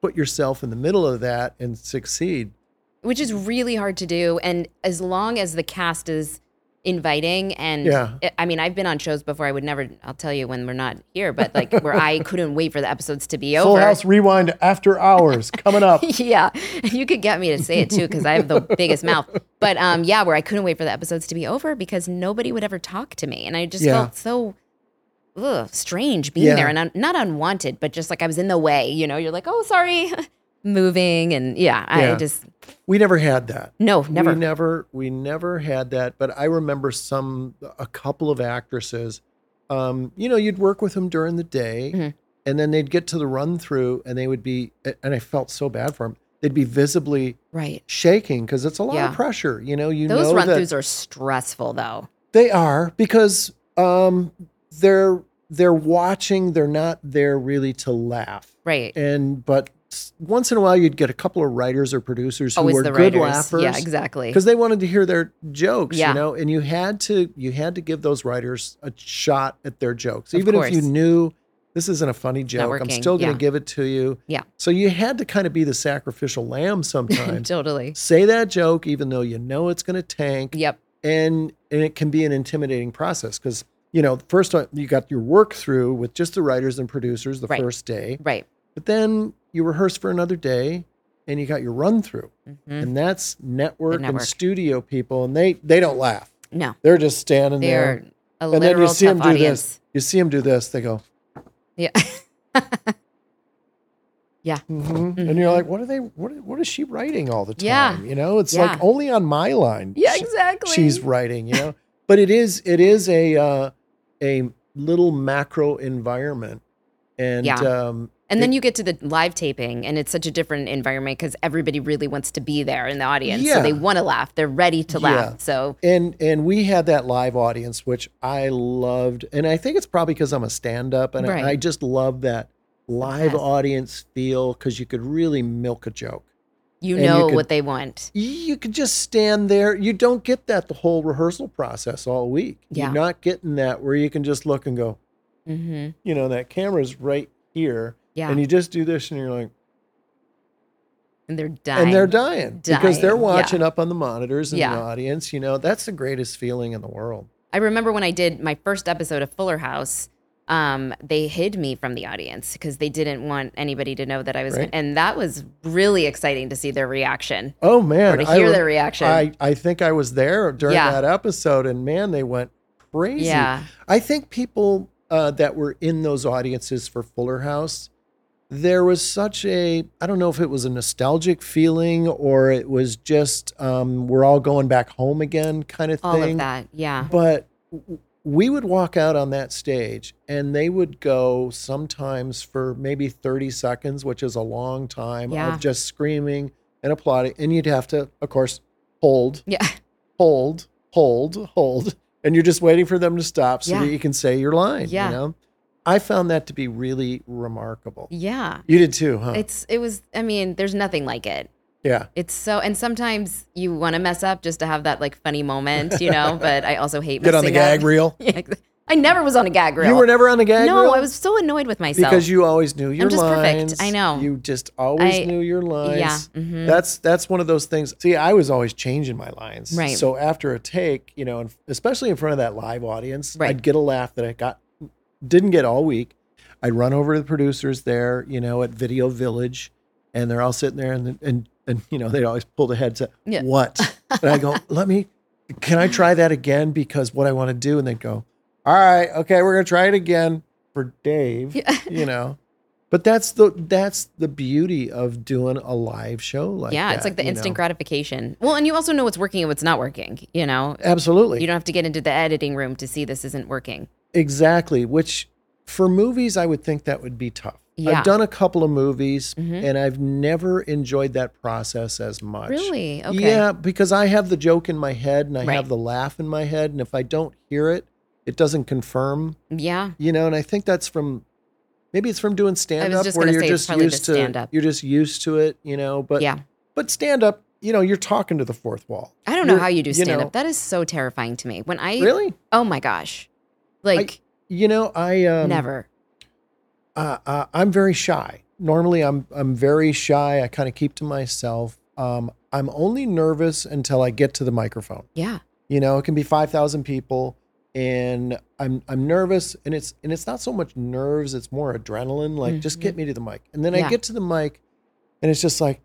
put yourself in the middle of that and succeed.
which is really hard to do. And as long as the cast is inviting and
Yeah.
I- I mean, I've been on shows before. I would never, I'll tell you when we're not here, but like where I couldn't wait for the episodes to be over.
Full House Rewind after hours coming up.
yeah. You could get me to say it too, because I have the biggest mouth. But um, yeah, where I couldn't wait for the episodes to be over because nobody would ever talk to me. And I just
Yeah.
felt so ugh, strange being
Yeah.
there and un- not unwanted, but just like I was in the way, you know, you're like, oh, sorry, moving. And yeah, I
Yeah.
just,
We never had that.
no, never.
We never we never had that, but I remember some a couple of actresses. Um, you know, you'd work with them during the day,
Mhm.
and then they'd get to the run through, and they would be, and I felt so bad for them. They'd be visibly
right.
shaking because it's a lot
Yeah.
of pressure. You know, you
Those
know
run
that
throughs are stressful though.
they are because um, they're they're watching. They're not there really to laugh,
Right.
and but s- once in a while you'd get a couple of writers or producers who
Always
were
the
good
writers.
laughers
Yeah, exactly.
because they wanted to hear their jokes
Yeah.
you know and you had to you had to give those writers a shot at their jokes
Of
even if you
course.
knew this isn't a funny joke i'm
working,
still going to
yeah.
give it to you
Yeah.
so you had to kind of be the sacrificial lamb sometimes
Totally.
say that joke even though you know it's going to tank
Yep.
and and it can be an intimidating process because you know first uh, you got your work through with just the writers and producers the
Right.
first day
Right.
but then you rehearse for another day and you got your run through
Mhm.
and that's network, and
network.
studio people, and they they don't laugh.
No,
They're just standing
they're
there,
a
and then
literal
you see them
tough
do
audience.
this. You see them do this. They go,
Yeah.
"Mhm," and you're like, "What are they? What are- What is she writing all the time?
Mm-hmm. Yeah.
You know, it's
Yeah.
like only on my line.
yeah.
sh-
Exactly.
she's writing. You know, but it is it is a uh, a little macro environment, and
Yeah.
um,
and then
it-
you get to the live taping, and it's such a different environment because everybody really wants to be there in the audience.
Yeah.
So they want to laugh. They're ready to laugh.
Yeah.
So
and and we had that live audience which i loved and i think it's probably because i'm a stand-up and I-
Right.
I, just love that live
Yes.
audience feel because you could really milk a joke
you
And you
know
could-
what they want.
you could just stand there you don't get that the whole rehearsal process all week
Yeah.
you're not getting that where you can just look and go
hmm
you know that camera's right here
Yeah.
and
And,
you just do this and you're like
they're dying.
and they're dying, because they're
Dying, yeah.
watching up on the monitors in
Yeah.
the audience you know that's the greatest feeling in the world
I remember when I did my first episode of Fuller House, um, they hid me from the audience because they didn't want anybody to know that I was.
Right.
And that was really exciting to see their reaction
Oh man,
or to hear
re-
their reaction.
I, I think I was there during
Yeah.
that episode, and man, they went crazy.
yeah,
I think people uh, that were in those audiences for Fuller House, there was such a I don't know if it was a nostalgic feeling or it was just um, we're all going back home again kind of
all
thing.
of that. Yeah.
But w- we would walk out on that stage and they would go sometimes for maybe 30 seconds, which is a long time
Yeah.
of just screaming and applauding. And you'd have to, of course, hold,
Yeah.
hold, hold, hold. And you're just waiting for them to stop so
Yeah.
that you can say your line.
Yeah.
You know? I found that to be really remarkable.
Yeah.
You did too, huh?
It's it was I mean, there's nothing like it.
yeah.
It's so and sometimes you want to mess up just to have that like funny moment, you know, but I also hate
Get on the
messing up.
gag reel.
Yeah, ex- I never was on a gag reel.
You were never on the gag
No,
reel?
I was so annoyed with myself.
because you always knew your
just perfect.
lines.
I know.
You just always
I-
knew your lines.
yeah, mhm.
That's that's one of those things. See, I was always changing my lines.
Right.
So after a take, you know, and especially in front of that live audience,
Right.
I'd get a laugh that I got didn't get all week. I'd run over to the producers there, you know, at Video Village, and they're all sitting there, and and and you know, they always pull the headset.
Yeah.
What? and I go, let me. Can I try that again? Because what I want to do, and they'd go, all right, okay, we're gonna try it again for Dave.
Yeah.
You know. But that's the that's the beauty of doing a live show like
yeah, it's
that,
like the
you
instant
know?
gratification. Well, and you also know what's working and what's not working, you know?
Absolutely.
You don't have to get into the editing room to see this isn't working.
exactly. Which for movies, I would think that would be tough.
Yeah.
I've done a couple of movies
Mhm.
and I've never enjoyed that process as much.
Really? Okay.
Yeah, because I have the joke in my head and I
Right.
have the laugh in my head. And if I don't hear it, it doesn't confirm,
Yeah.
you know, and I think that's from maybe it's from doing stand up
just
where
gonna
you're
say it's
just
probably the
used to
stand-up.
you're just used to it, you know, but
yeah.
but stand up, you know, you're talking to the fourth wall.
I don't know
You're-
how you do stand
know,
up. That is so terrifying to me. When I
Really?
Oh my gosh. Like
You know, I um,
never.
uh, uh, I'm very shy. Normally, I'm I'm very shy. I kind of keep to myself. Um, I'm only nervous until I get to the microphone.
Yeah.
You know, it can be five thousand people, and I'm I'm nervous, and it's and it's not so much nerves. It's more adrenaline. Like, just get me to the mic, and then
Mm-hmm. Yeah.
I get to the mic, and it's just like,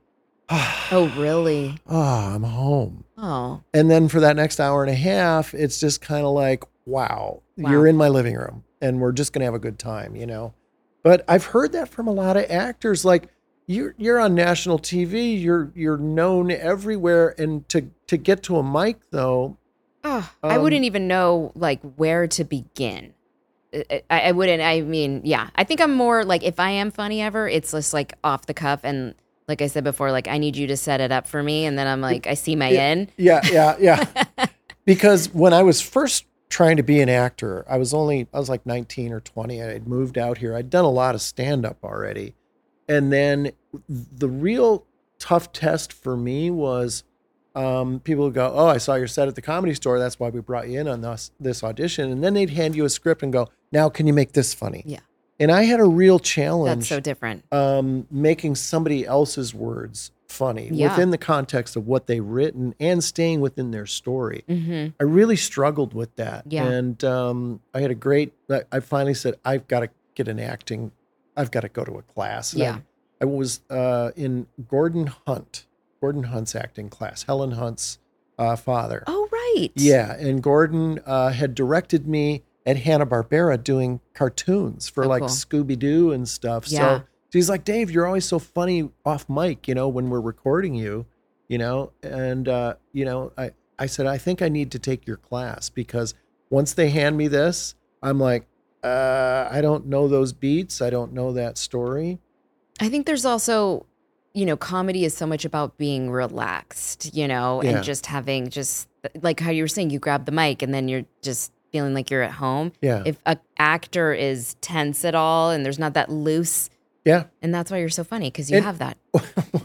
ah,
Oh really?
ah, I'm home.
Oh.
And then for that next hour and a half, it's just kind of like, wow,
Wow.
you're in my living room and we're just going to have a good time, you know? But I've heard that from a lot of actors like you're you're on national TV, you're you're known everywhere and to to get to a mic though,
Oh, I
Um,
wouldn't even know like where to begin. I, I I wouldn't. I mean, yeah. I think I'm more like if I am funny ever, it's just like off the cuff and like I said before, like I need you to set it up for me, and then I'm like I see my end.
Yeah, yeah, yeah. because when I was first trying to be an actor, I was only I was like 19 or 20. I had moved out here. I'd done a lot of stand up already. And then the real tough test for me was um, people would go, "Oh, I saw your set at the comedy store. That's why we brought you in on this this audition." And then they'd hand you a script and go, "Now can you make this funny?"
Yeah.
And I had a real challenge
That's so different.
um, making somebody else's words funny
Yeah.
within the context of what they've written and staying within their story.
hmm
I really struggled with that.
Yeah.
And um, I had a great, I- I finally said, I've got to get an acting, I've got to go to a class. And I-
Yeah.
I, was uh, in Gordon Hunt, Gordon Hunt's acting class, Helen Hunt's uh, father.
Oh right.
Yeah, and Gordon uh, had directed me at Hanna Barbera doing cartoons for
Oh,
like
cool.
Scooby Doo and stuff.
Yeah.
So he's like, Dave, you're always so funny off mic, you know, when we're recording you, you know, and uh, you know, I I said I think I need to take your class because once they hand me this, I'm like, uh, I don't know those beats, I don't know that story.
I think there's also, you know, comedy is so much about being relaxed, you know,
Yeah.
and just having just like how you were saying, you grab the mic and then you're just feeling like you're at home.
Yeah,
If a actor is tense at all and there's not that loose,
yeah.
and that's why you're so funny because you
And-
have that.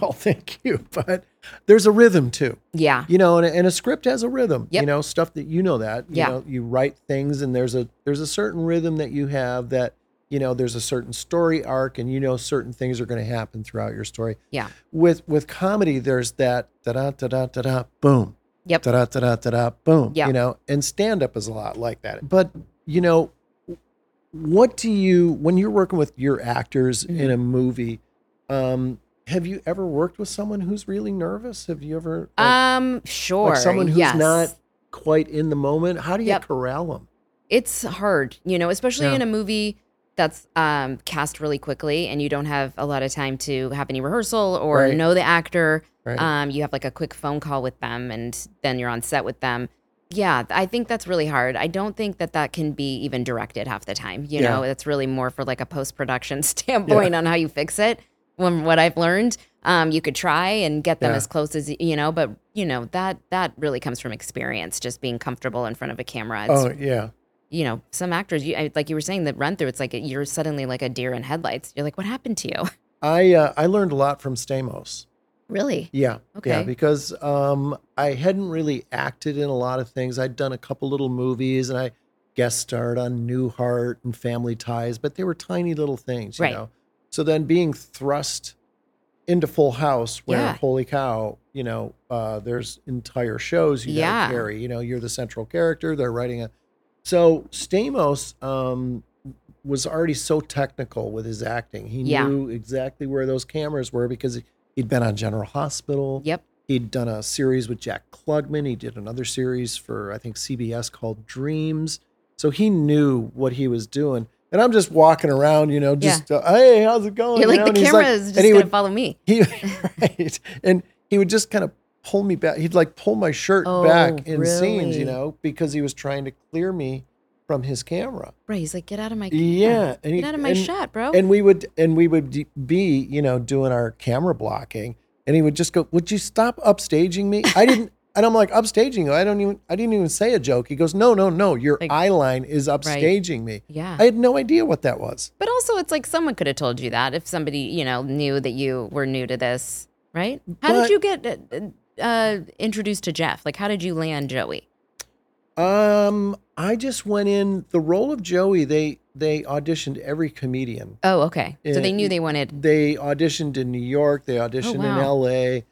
well, thank you, but there's a rhythm too.
Yeah.
you know and a, and a script has a rhythm
Yep.
you know stuff that you know that you
Yeah.
know you write things and there's a there's a certain rhythm that you have that you know there's a certain story arc and you know certain things are going to happen throughout your story
Yeah.
with with comedy there's that da da da da da da boom
Yep.
da da da da da da boom
Yeah.
you know and stand up is a lot like that but you know what do you when you're working with your actors
Mm-hmm.
in a movie um have you ever worked with someone who's really nervous have you ever like,
Um, sure.
like someone who's
yes.
not quite in the moment. How do you
Yep.
corral them?
it's hard, you know, especially
Yeah.
in a movie that's um, cast really quickly and you don't have a lot of time to have any rehearsal or
Right.
know the actor.
Right.
Um, you have like a quick phone call with them and then you're on set with them. Yeah, th- I think that's really hard. I don't think that that can be even directed half the time. You
Yeah.
know, that's really more for like a post production standpoint on how you fix it. From what I've learned, um, you could try and get them
Yeah.
as close as y- you know, but you know that that really comes from experience, just being comfortable in front of a camera. It's
Oh yeah,
you know, some actors, you, I- like you were saying, that run through, it's like you're suddenly like a deer in headlights. You're like, what happened to you?
I uh, I learned a lot from Stamos.
Really?
Yeah. Yeah,
Okay.
because um, I hadn't really acted in a lot of things. I'd done a couple little movies and I guest starred on Newhart and Family Ties, but they were tiny little things, you
Right.
know. So then being thrust into Full House, where
Yeah.
holy cow, you know, uh, there's entire shows you
Yeah.
gotta carry. You know, you're the central character. They're writing a. So Stamos um, was already so technical with his acting. He
Yeah.
knew exactly where those cameras were because he'd been on General Hospital.
Yep.
He'd done a series with Jack Klugman. He did another series for I think CBS called Dreams. So he knew what he was doing. And I'm just walking around, you know, just uh, hey, how's it going?
You're
You
like,
know, and
the
he's
camera is
and
just
he
going to
would-
follow me.
he right, and he would just kind of pull me back. He'd like pull my shirt back
Oh,
in scenes,
really?
you know, because he was trying to clear me from his camera.
Right. He's like, get out of my
Yeah, and
Get
he-
out of my
and-
shot, bro.
And we would and we would d- be, you know, doing our camera blocking, and he would just go, "Would you stop upstaging me?" I didn't. And I'm like, upstaging you. I don't even. I didn't even say a joke. He goes, no, no, no. Your
Like-
eye line is upstaging me.
yeah.
I had no idea what that was.
but also, it's like someone could have told you that if somebody, you know, knew that you were new to this, right? How
But-
did you get uh, uh, introduced to Jeff? Like, how did you land Joey?
Um, I just went in the role of Joey. They they auditioned every comedian.
Oh, okay. So they
Uh,
knew they wanted.
They auditioned in New York. They auditioned
wow.
in L.A.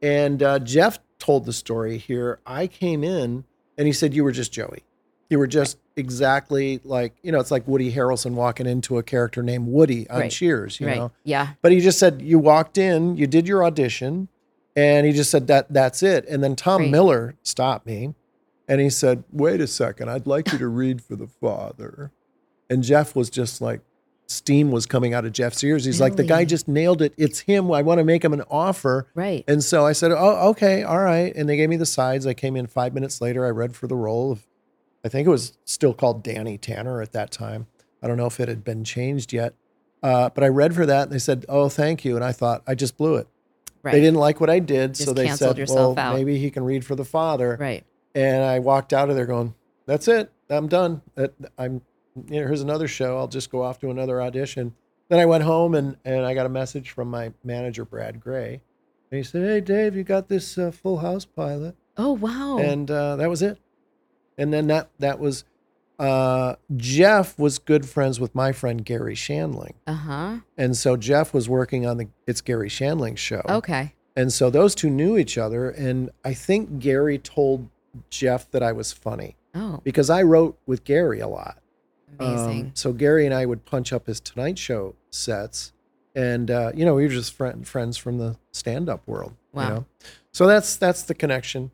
And uh, Jeff told the story here. I came in and he said, "You were just Joey. You were just exactly like you know. It's like Woody Harrelson walking into a character named Woody on
Right.
Cheers. You
right.
know,
Yeah.
but he just said you walked in, you did your audition, and he just said that that's it. And then Tom
Right.
Miller stopped me, and he said, "Wait a second, I'd like you to read for the father." And Jeff was just like, steam was coming out of Jeff's ears. He's like, "The guy
Really?
just nailed it. It's him. I want to make him an offer."
Right.
And so I said, "Oh, okay, all right." And they gave me the sides. I came in five minutes later. I read for the role of, I think it was still called Danny Tanner at that time. I don't know if it had been changed yet, uh, but I read for that. And they said, "Oh, thank you." And I thought I just blew it.
Right.
They didn't like what I did, so
Just
they
canceled
said,
yourself
"Well,
out."
maybe he can read for the father."
Right.
And I walked out of there going, "That's it. I'm done. That- I'm you know, here's another show. I'll just go off to another audition." Then I went home and and I got a message from my manager Brad Gray, and he said, "Hey Dave, you got this uh, Full House pilot,"
Oh, wow.
and uh, that was it. And then that that was uh, Jeff was good friends with my friend Gary Shandling,
uh huh.
and so Jeff was working on the It's Gary Shandling show.
Okay.
And so those two knew each other. And I think Gary told Jeff that I was funny
Oh,
because I wrote with Gary a lot. Um,
amazing.
so Gary and I would punch up his Tonight Show sets. And, uh, you know, we were just friend, friends from the stand up world. you
Wow.
know? So that's that's the connection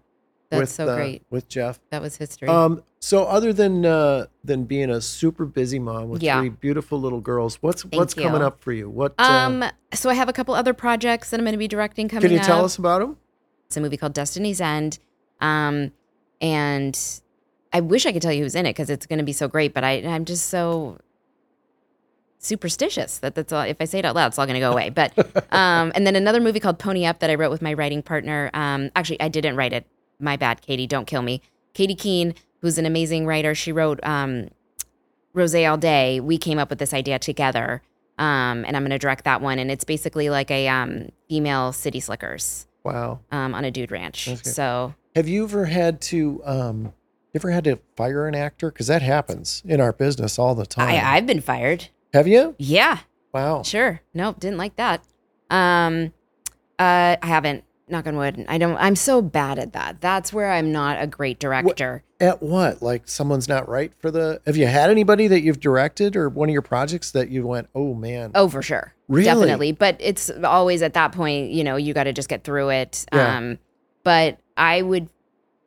That's
with,
so
uh,
great.
with Jeff.
That was history.
Um, so other than uh, than being a super busy mom with
Yeah.
three beautiful little girls, what's what's
you.
coming up for you? What uh,
Um, so I have a couple other projects that I'm going to be directing coming
can you
up.
tell us about them?
It's a movie called Destiny's End. Um, and I wish I could tell you who's in it because it's going to be so great, but I, I'm just so superstitious that that's all. If I say it out loud, it's all going to go away. But um, and then another movie called Pony Up that I wrote with my writing partner. Um, actually, I didn't write it. My bad, Katie. Don't kill me. Katie Keene, who's an amazing writer, she wrote um, Rose All Day. We came up with this idea together, um, and I'm going to direct that one. And it's basically like a um, female city slickers
Wow.
um, on a dude ranch.
That's good.
So
Have you ever had to um ever had to fire an actor? Because that happens in our business all the time.
I, I've been fired.
Have you?
Yeah,
Wow.
sure. Nope, didn't like that. Um, uh, I haven't. Knock on wood. I don't. I'm so bad at that. That's where I'm not a great director.
At what? Like someone's not right for the have you had anybody that you've directed or one of your projects that you went, oh man.
Oh, for sure.
Really?
Definitely. But it's always at that point, you know, you got to just get through it.
Yeah.
Um, but I would,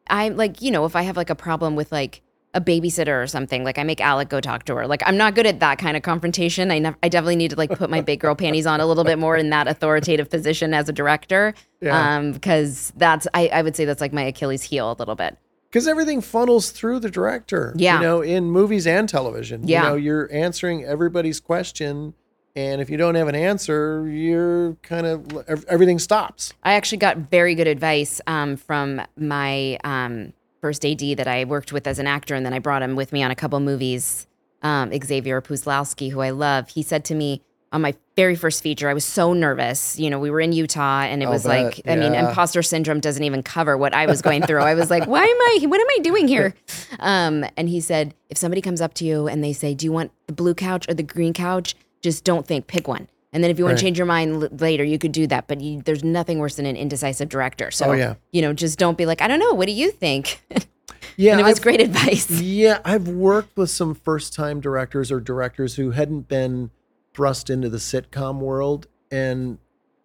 I'm like, you know, if I have like a problem with like a babysitter or something. Like I make Alec go talk to her. Like I'm not good at that kind of confrontation. I nev- I definitely need to like put my big girl panties on a little bit more in that authoritative position as a director.
Yeah.
Um, because that's I, I would say that's like my Achilles heel a little bit.
because everything funnels through the director.
Yeah.
You know, in movies and television.
Yeah.
You know, you're answering everybody's question. And if you don't have an answer, you're kind of, ev- everything stops.
I actually got very good advice um, from my um, first AD that I worked with as an actor, and then I brought him with me on a couple movies. Um, Xavier Puslowski, who I love, he said to me on my very first feature, I was so nervous. You know, we were in Utah, and it
I'll
was
bet,
like, I mean,
yeah.
imposter syndrome doesn't even cover what I was going through. I was like, why am I? What am I doing here? Um, and he said, if somebody comes up to you and they say, do you want the blue couch or the green couch? Just don't think. Pick one. And then if you want
Right.
to change your mind l- later, you could do that. But you, there's nothing worse than an indecisive director. So,
Oh, yeah.
you know, just don't be like, I don't know. What do you think?
Yeah.
and it was
I've-
great advice.
Yeah, I've worked with some first time directors or directors who hadn't been thrust into the sitcom world. And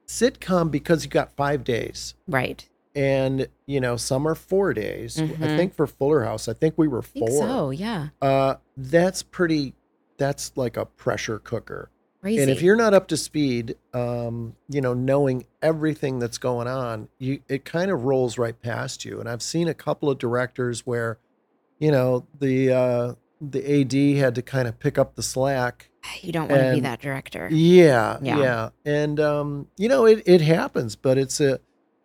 sitcom, because you got five days,
Right.
and, you know, some are four days. I
Mhm.
think for Fuller House, I think we were
I
four.
think so. Yeah.
Uh, that's pretty, that's like a pressure cooker.
Crazy.
And if you're not up to speed, um, you know, knowing everything that's going on, you it kind of rolls right past you. And I've seen a couple of directors where, you know, the uh, the AD had to kind of pick up the slack.
you don't want to be
and-
that director.
Yeah, yeah.
Yeah.
And um, you know, it it happens, but it's a.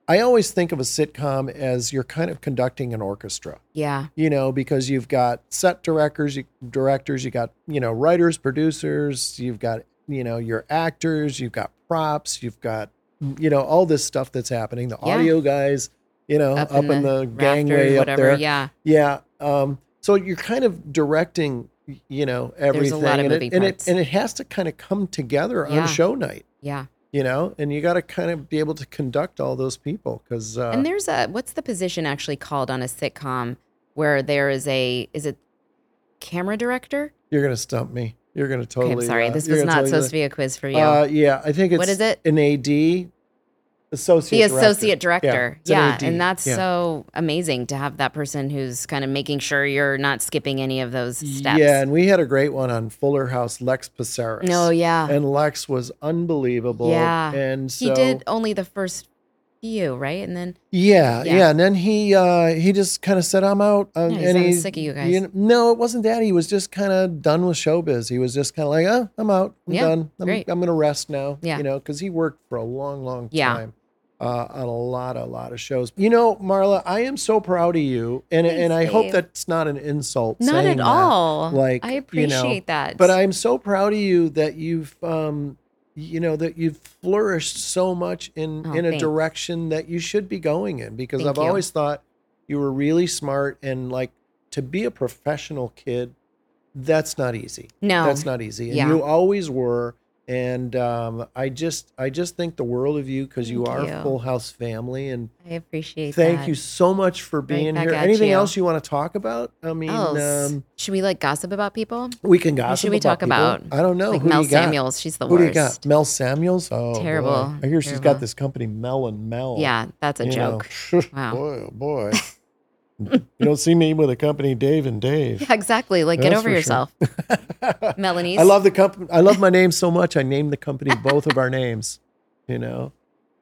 I always think of a sitcom as you're kind of conducting an orchestra
yeah.
you know, because you've got set directors, you, directors, you got you know writers, producers, you've got you know your actors, you've got props, you've got you know all this stuff that's happening. The
Yeah.
audio guys, you know, up, in the, gangway
rafters,
up
whatever.
there,
Yeah.
yeah. Um, so you're kind of directing, you know,
There's
everything,
a lot of
and,
moving
it, and it
parts.
and it has to kind of come together
Yeah.
on show night,
Yeah.
you know, and you got to kind of be able to conduct all those people because uh,
and there's a what's the position actually called on a sitcom where there is a is it camera director?
you're gonna stump me. You're gonna totally.
okay, I'm sorry.
uh,
This
you're
was
gonna
not
totally-
supposed to be a quiz for you.
Uh, yeah, I think it's
What is it?
An AD, associate.
the associate director.
it's an
Yeah.
AD.
and that's
Yeah.
so amazing to have that person who's kind of making sure you're not skipping any of those steps.
Yeah, and we had a great one on Fuller House, Lex Pissaris.
no, yeah.
and Lex was unbelievable.
Yeah.
and so
he did only the first few, right? And then
Yeah, yeah,
Yeah.
and then he uh he just kind of said, "I'm out." Um,
Yeah, he
and
said, "I'm
he,
sick of you guys.
kn- no, it wasn't that. He was just kind of done with showbiz. He was just kind of like, "Oh, I'm out. I'm
Yeah,
done. I'm,
great.
I'm gonna rest now."
Yeah.
you know, because he worked for a long, long
Yeah.
time. Uh, on a lot, a lot of shows. You know, Marla, I am so proud of you, and
Thanks,
and I hope
babe.
that's not an insult.
not
saying
at
that.
all.
like,
I
you know,
appreciate that.
But I'm so proud of you that you've, um, you know, that you've flourished so much in
Oh,
in a
thanks.
direction that you should be going in. Because
Thank
I've
you.
always thought you were really smart and like to be a professional kid. That's not easy.
no.
That's not easy, and
Yeah.
you always were. And um, I just, I just think the world of you because you
Thank
are
you.
Full House family. And
I appreciate
thank
that.
you so much for being
back
here.
at
Anything
you.
else you want to talk about? I mean,
Oh, s-
um,
should we like gossip about people?
we can gossip.
should we talk
people.
about?
I don't know.
Like
Who do
Mel
you got?
Samuels, she's the
Who do you
worst.
got? Mel Samuels? Oh,
Terrible,
boy. I hear she's got
terrible.
this company, Mel and Mel.
Yeah, that's a
Oh, you know.
joke. Wow.
Boy, oh boy. you don't see me with a company, Dave and Dave.
Yeah, exactly. Like, get
That's for
over
sure.
yourself, Melanie.
I love the company. I love my name so much. I named the company both of our names. You know.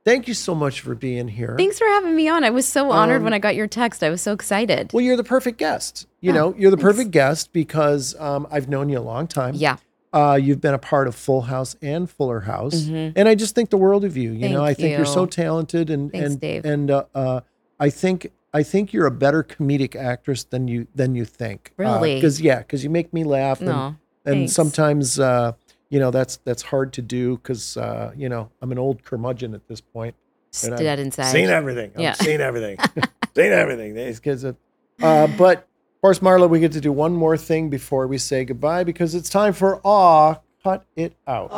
Thank you so much for being here.
Thanks for having me on. I was so honored
Um,
when I got your text. I was so excited.
Well, you're the perfect guest. You
Oh,
know, you're the
thanks.
perfect guest because um, I've known you a long time.
yeah,
Uh, you've been a part of Full House and Fuller House,
Mhm.
and I just think the world of you. You know,
Thank
I think you. are so
you.
talented, and
Thanks,
and
Dave.
and uh, uh, I think I think you're a better comedic actress than you than you think.
Really?
Because yeah, because you make me laugh, and,
no,
and
thanks.
sometimes uh, you know that's that's hard to do because uh, you know I'm an old curmudgeon at this point. and I've
dead inside.
Seen everything.
Yeah.
I've seen everything. seen everything. These kids have- Uh, but of course, Marla, we get to do one more thing before we say goodbye because it's time for Aw, Cut It Out.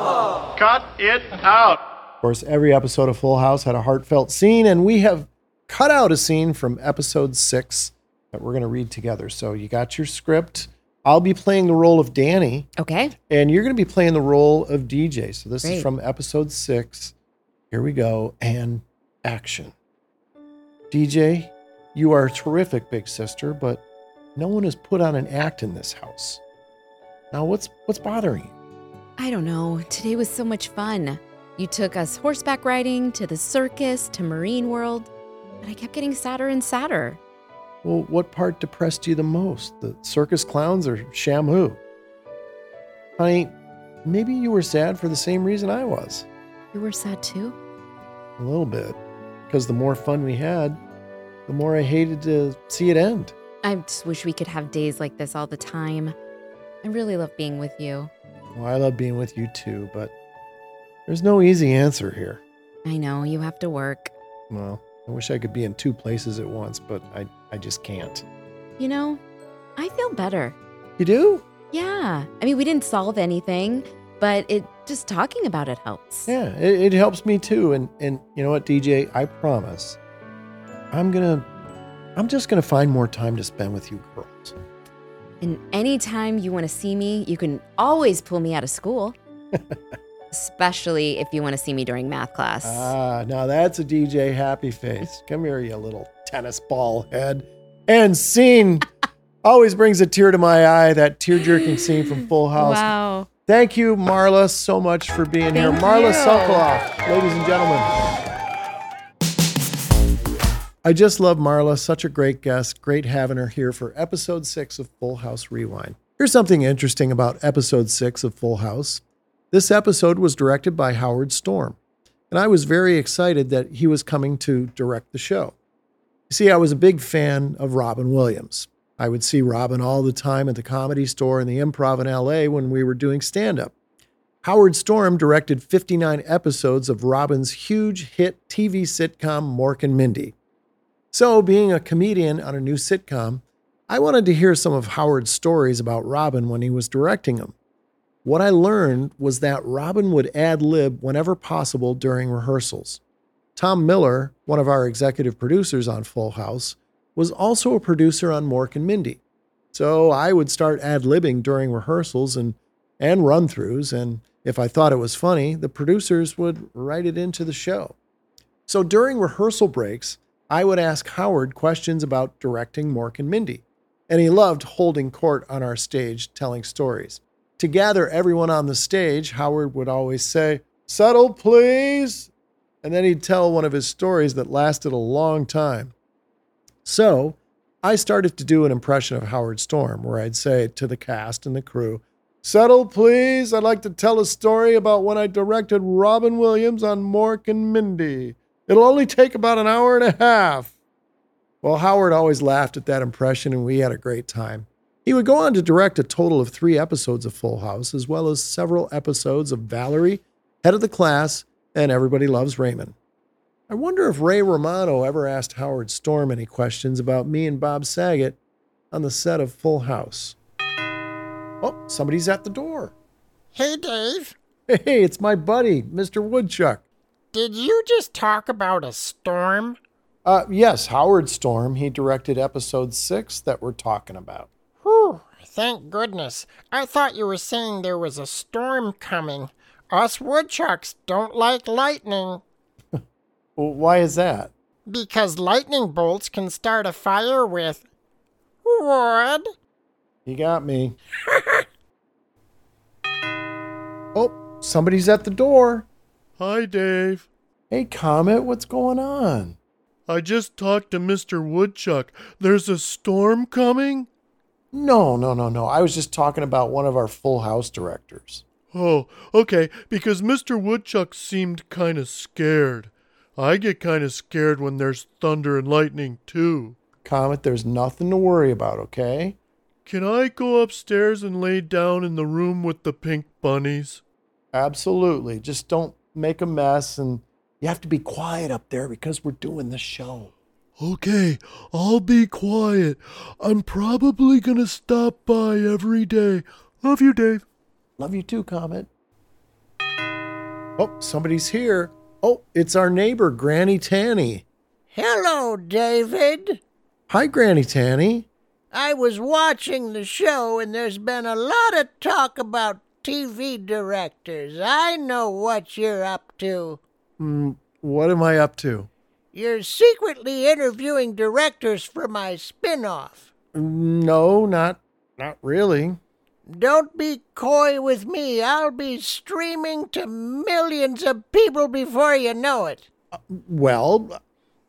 Cut it out.
Of course, every episode of Full House had a heartfelt scene, and we have cut out a scene from episode six that we're going to read together. So you got your script. I'll be playing the role of Danny
Okay,
and you're going to be playing the role of DJ. So this is
Great.
from episode six. Here we go, and action. DJ, you are a terrific big sister, but No one has put on an act in this house. Now, what's what's bothering you?
I don't know. Today was so much fun. You took us horseback riding, to the circus, to Marine World, but I kept getting sadder and sadder.
Well, what part depressed you the most? The circus clowns or Shamu? Honey, maybe you were sad for the same reason I was.
You were sad too?
A little bit. Because the more fun we had, the more I hated to see it end.
I just wish we could have days like this all the time. I really love being with you.
Well, I love being with you too, but there's no easy answer here.
I know, you have to work.
Well, I wish I could be in two places at once, but I, I just can't.
You know, I feel better.
You do?
Yeah. I mean, we didn't solve anything, but it just talking about it helps.
Yeah, it, it helps me too. And and you know what, DJ, I promise, I'm gonna, I'm just gonna find more time to spend with you girls.
And anytime you want to see me, you can always pull me out of school. Especially if you want to see me during math class.
Ah, now that's a DJ happy face. Come here, you little tennis ball head. And scene always brings a tear to my eye. That tear jerking scene from Full House.
Wow.
Thank you, Marla, so much for being here.
Thank
Marla
you.
Sokoloff, ladies and gentlemen. I just love Marla. Such a great guest. Great having her here for episode six of Full House Rewind. Here's something interesting about episode six of Full House. This episode was directed by Howard Storm, and I was very excited that he was coming to direct the show. You see, I was a big fan of Robin Williams. I would see Robin all the time at the comedy store and the improv in LA when we were doing stand up. Howard Storm directed 59 episodes of Robin's huge hit TV sitcom, Mork and Mindy. So, being a comedian on a new sitcom, I wanted to hear some of Howard's stories about Robin when he was directing them. What I learned was that Robin would ad lib whenever possible during rehearsals. Tom Miller, one of our executive producers on Full House, was also a producer on Mork and Mindy. So I would start ad libbing during rehearsals and, and run throughs. And if I thought it was funny, the producers would write it into the show. So during rehearsal breaks, I would ask Howard questions about directing Mork and Mindy. And he loved holding court on our stage, telling stories. To gather everyone on the stage, Howard would always say, Settle, please. And then he'd tell one of his stories that lasted a long time. So I started to do an impression of Howard Storm where I'd say to the cast and the crew, Settle, please. I'd like to tell a story about when I directed Robin Williams on Mork and Mindy. It'll only take about an hour and a half. Well, Howard always laughed at that impression, and we had a great time. He would go on to direct a total of three episodes of Full House, as well as several episodes of Valerie, Head of the Class, and Everybody Loves Raymond. I wonder if Ray Romano ever asked Howard Storm any questions about me and Bob Saget on the set of Full House. Oh, somebody's at the door.
Hey, Dave.
Hey, it's my buddy, Mr. Woodchuck.
Did you just talk about a storm?
Uh, yes, Howard Storm. He directed episode six that we're talking about.
Whew, thank goodness. I thought you were saying there was a storm coming. Us woodchucks don't like lightning
Well, why is that?
because lightning bolts can start a fire with wood.
You got me. oh, somebody's at the door.
Hi, Dave.
Hey, Comet, what's going on?
I just talked to Mr. Woodchuck. There's a storm coming?
No, no, no, no. I was just talking about one of our Full House directors.
Oh, okay, because Mr. Woodchuck seemed kind of scared. I get kind of scared when there's thunder and lightning, too.
Comet, there's nothing to worry about, okay?
Can I go upstairs and lay down in the room with the pink bunnies?
Absolutely. Just don't make a mess and you have to be quiet up there because we're doing the show.
Okay, I'll be quiet. I'm probably going to stop by every day. Love you, Dave.
Love you too, Comet. Oh, somebody's here. Oh, it's our neighbor, Granny Tanny.
Hello, David.
Hi, Granny Tanny.
I was watching the show, and there's been a lot of talk about TV directors. I know what you're up to.
Mm, what am I up to?
You're secretly interviewing directors for my spin off.
No, not not really.
Don't be coy with me. I'll be streaming to millions of people before you know it.
Well,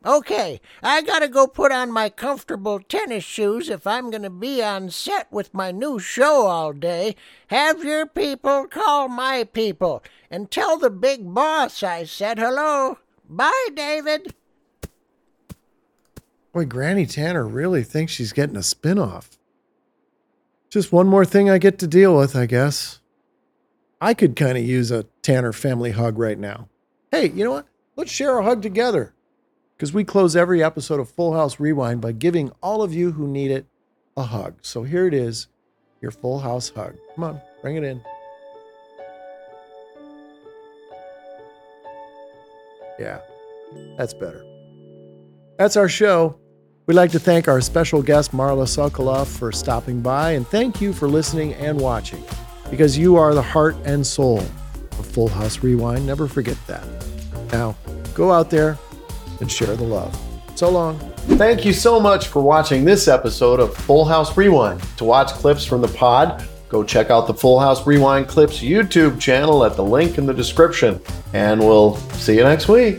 Okay, I gotta go put on my comfortable tennis shoes if I'm gonna be on set with my new show all day. Have your people call my people and tell the big boss I said hello. Bye, David.
boy, Granny Tanner really thinks she's getting a spinoff. Just one more thing I get to deal with, I guess. I could kind of use a Tanner family hug right now. Hey, you know what? Let's share a hug together. Because we close every episode of Full House Rewind by giving all of you who need it a hug. So here it is, your Full House hug. Come on, bring it in. Yeah, that's better. That's our show. We'd like to thank our special guest, Marla Sokoloff, for stopping by, and thank you for listening and watching because you are the heart and soul of Full House Rewind. Never forget that. Now, go out there and share the love. So long. Thank you so much for watching this episode of Full House Rewind. To watch clips from the pod, go check out the Full House Rewind Clips YouTube channel at the link in the description. And we'll see you next week.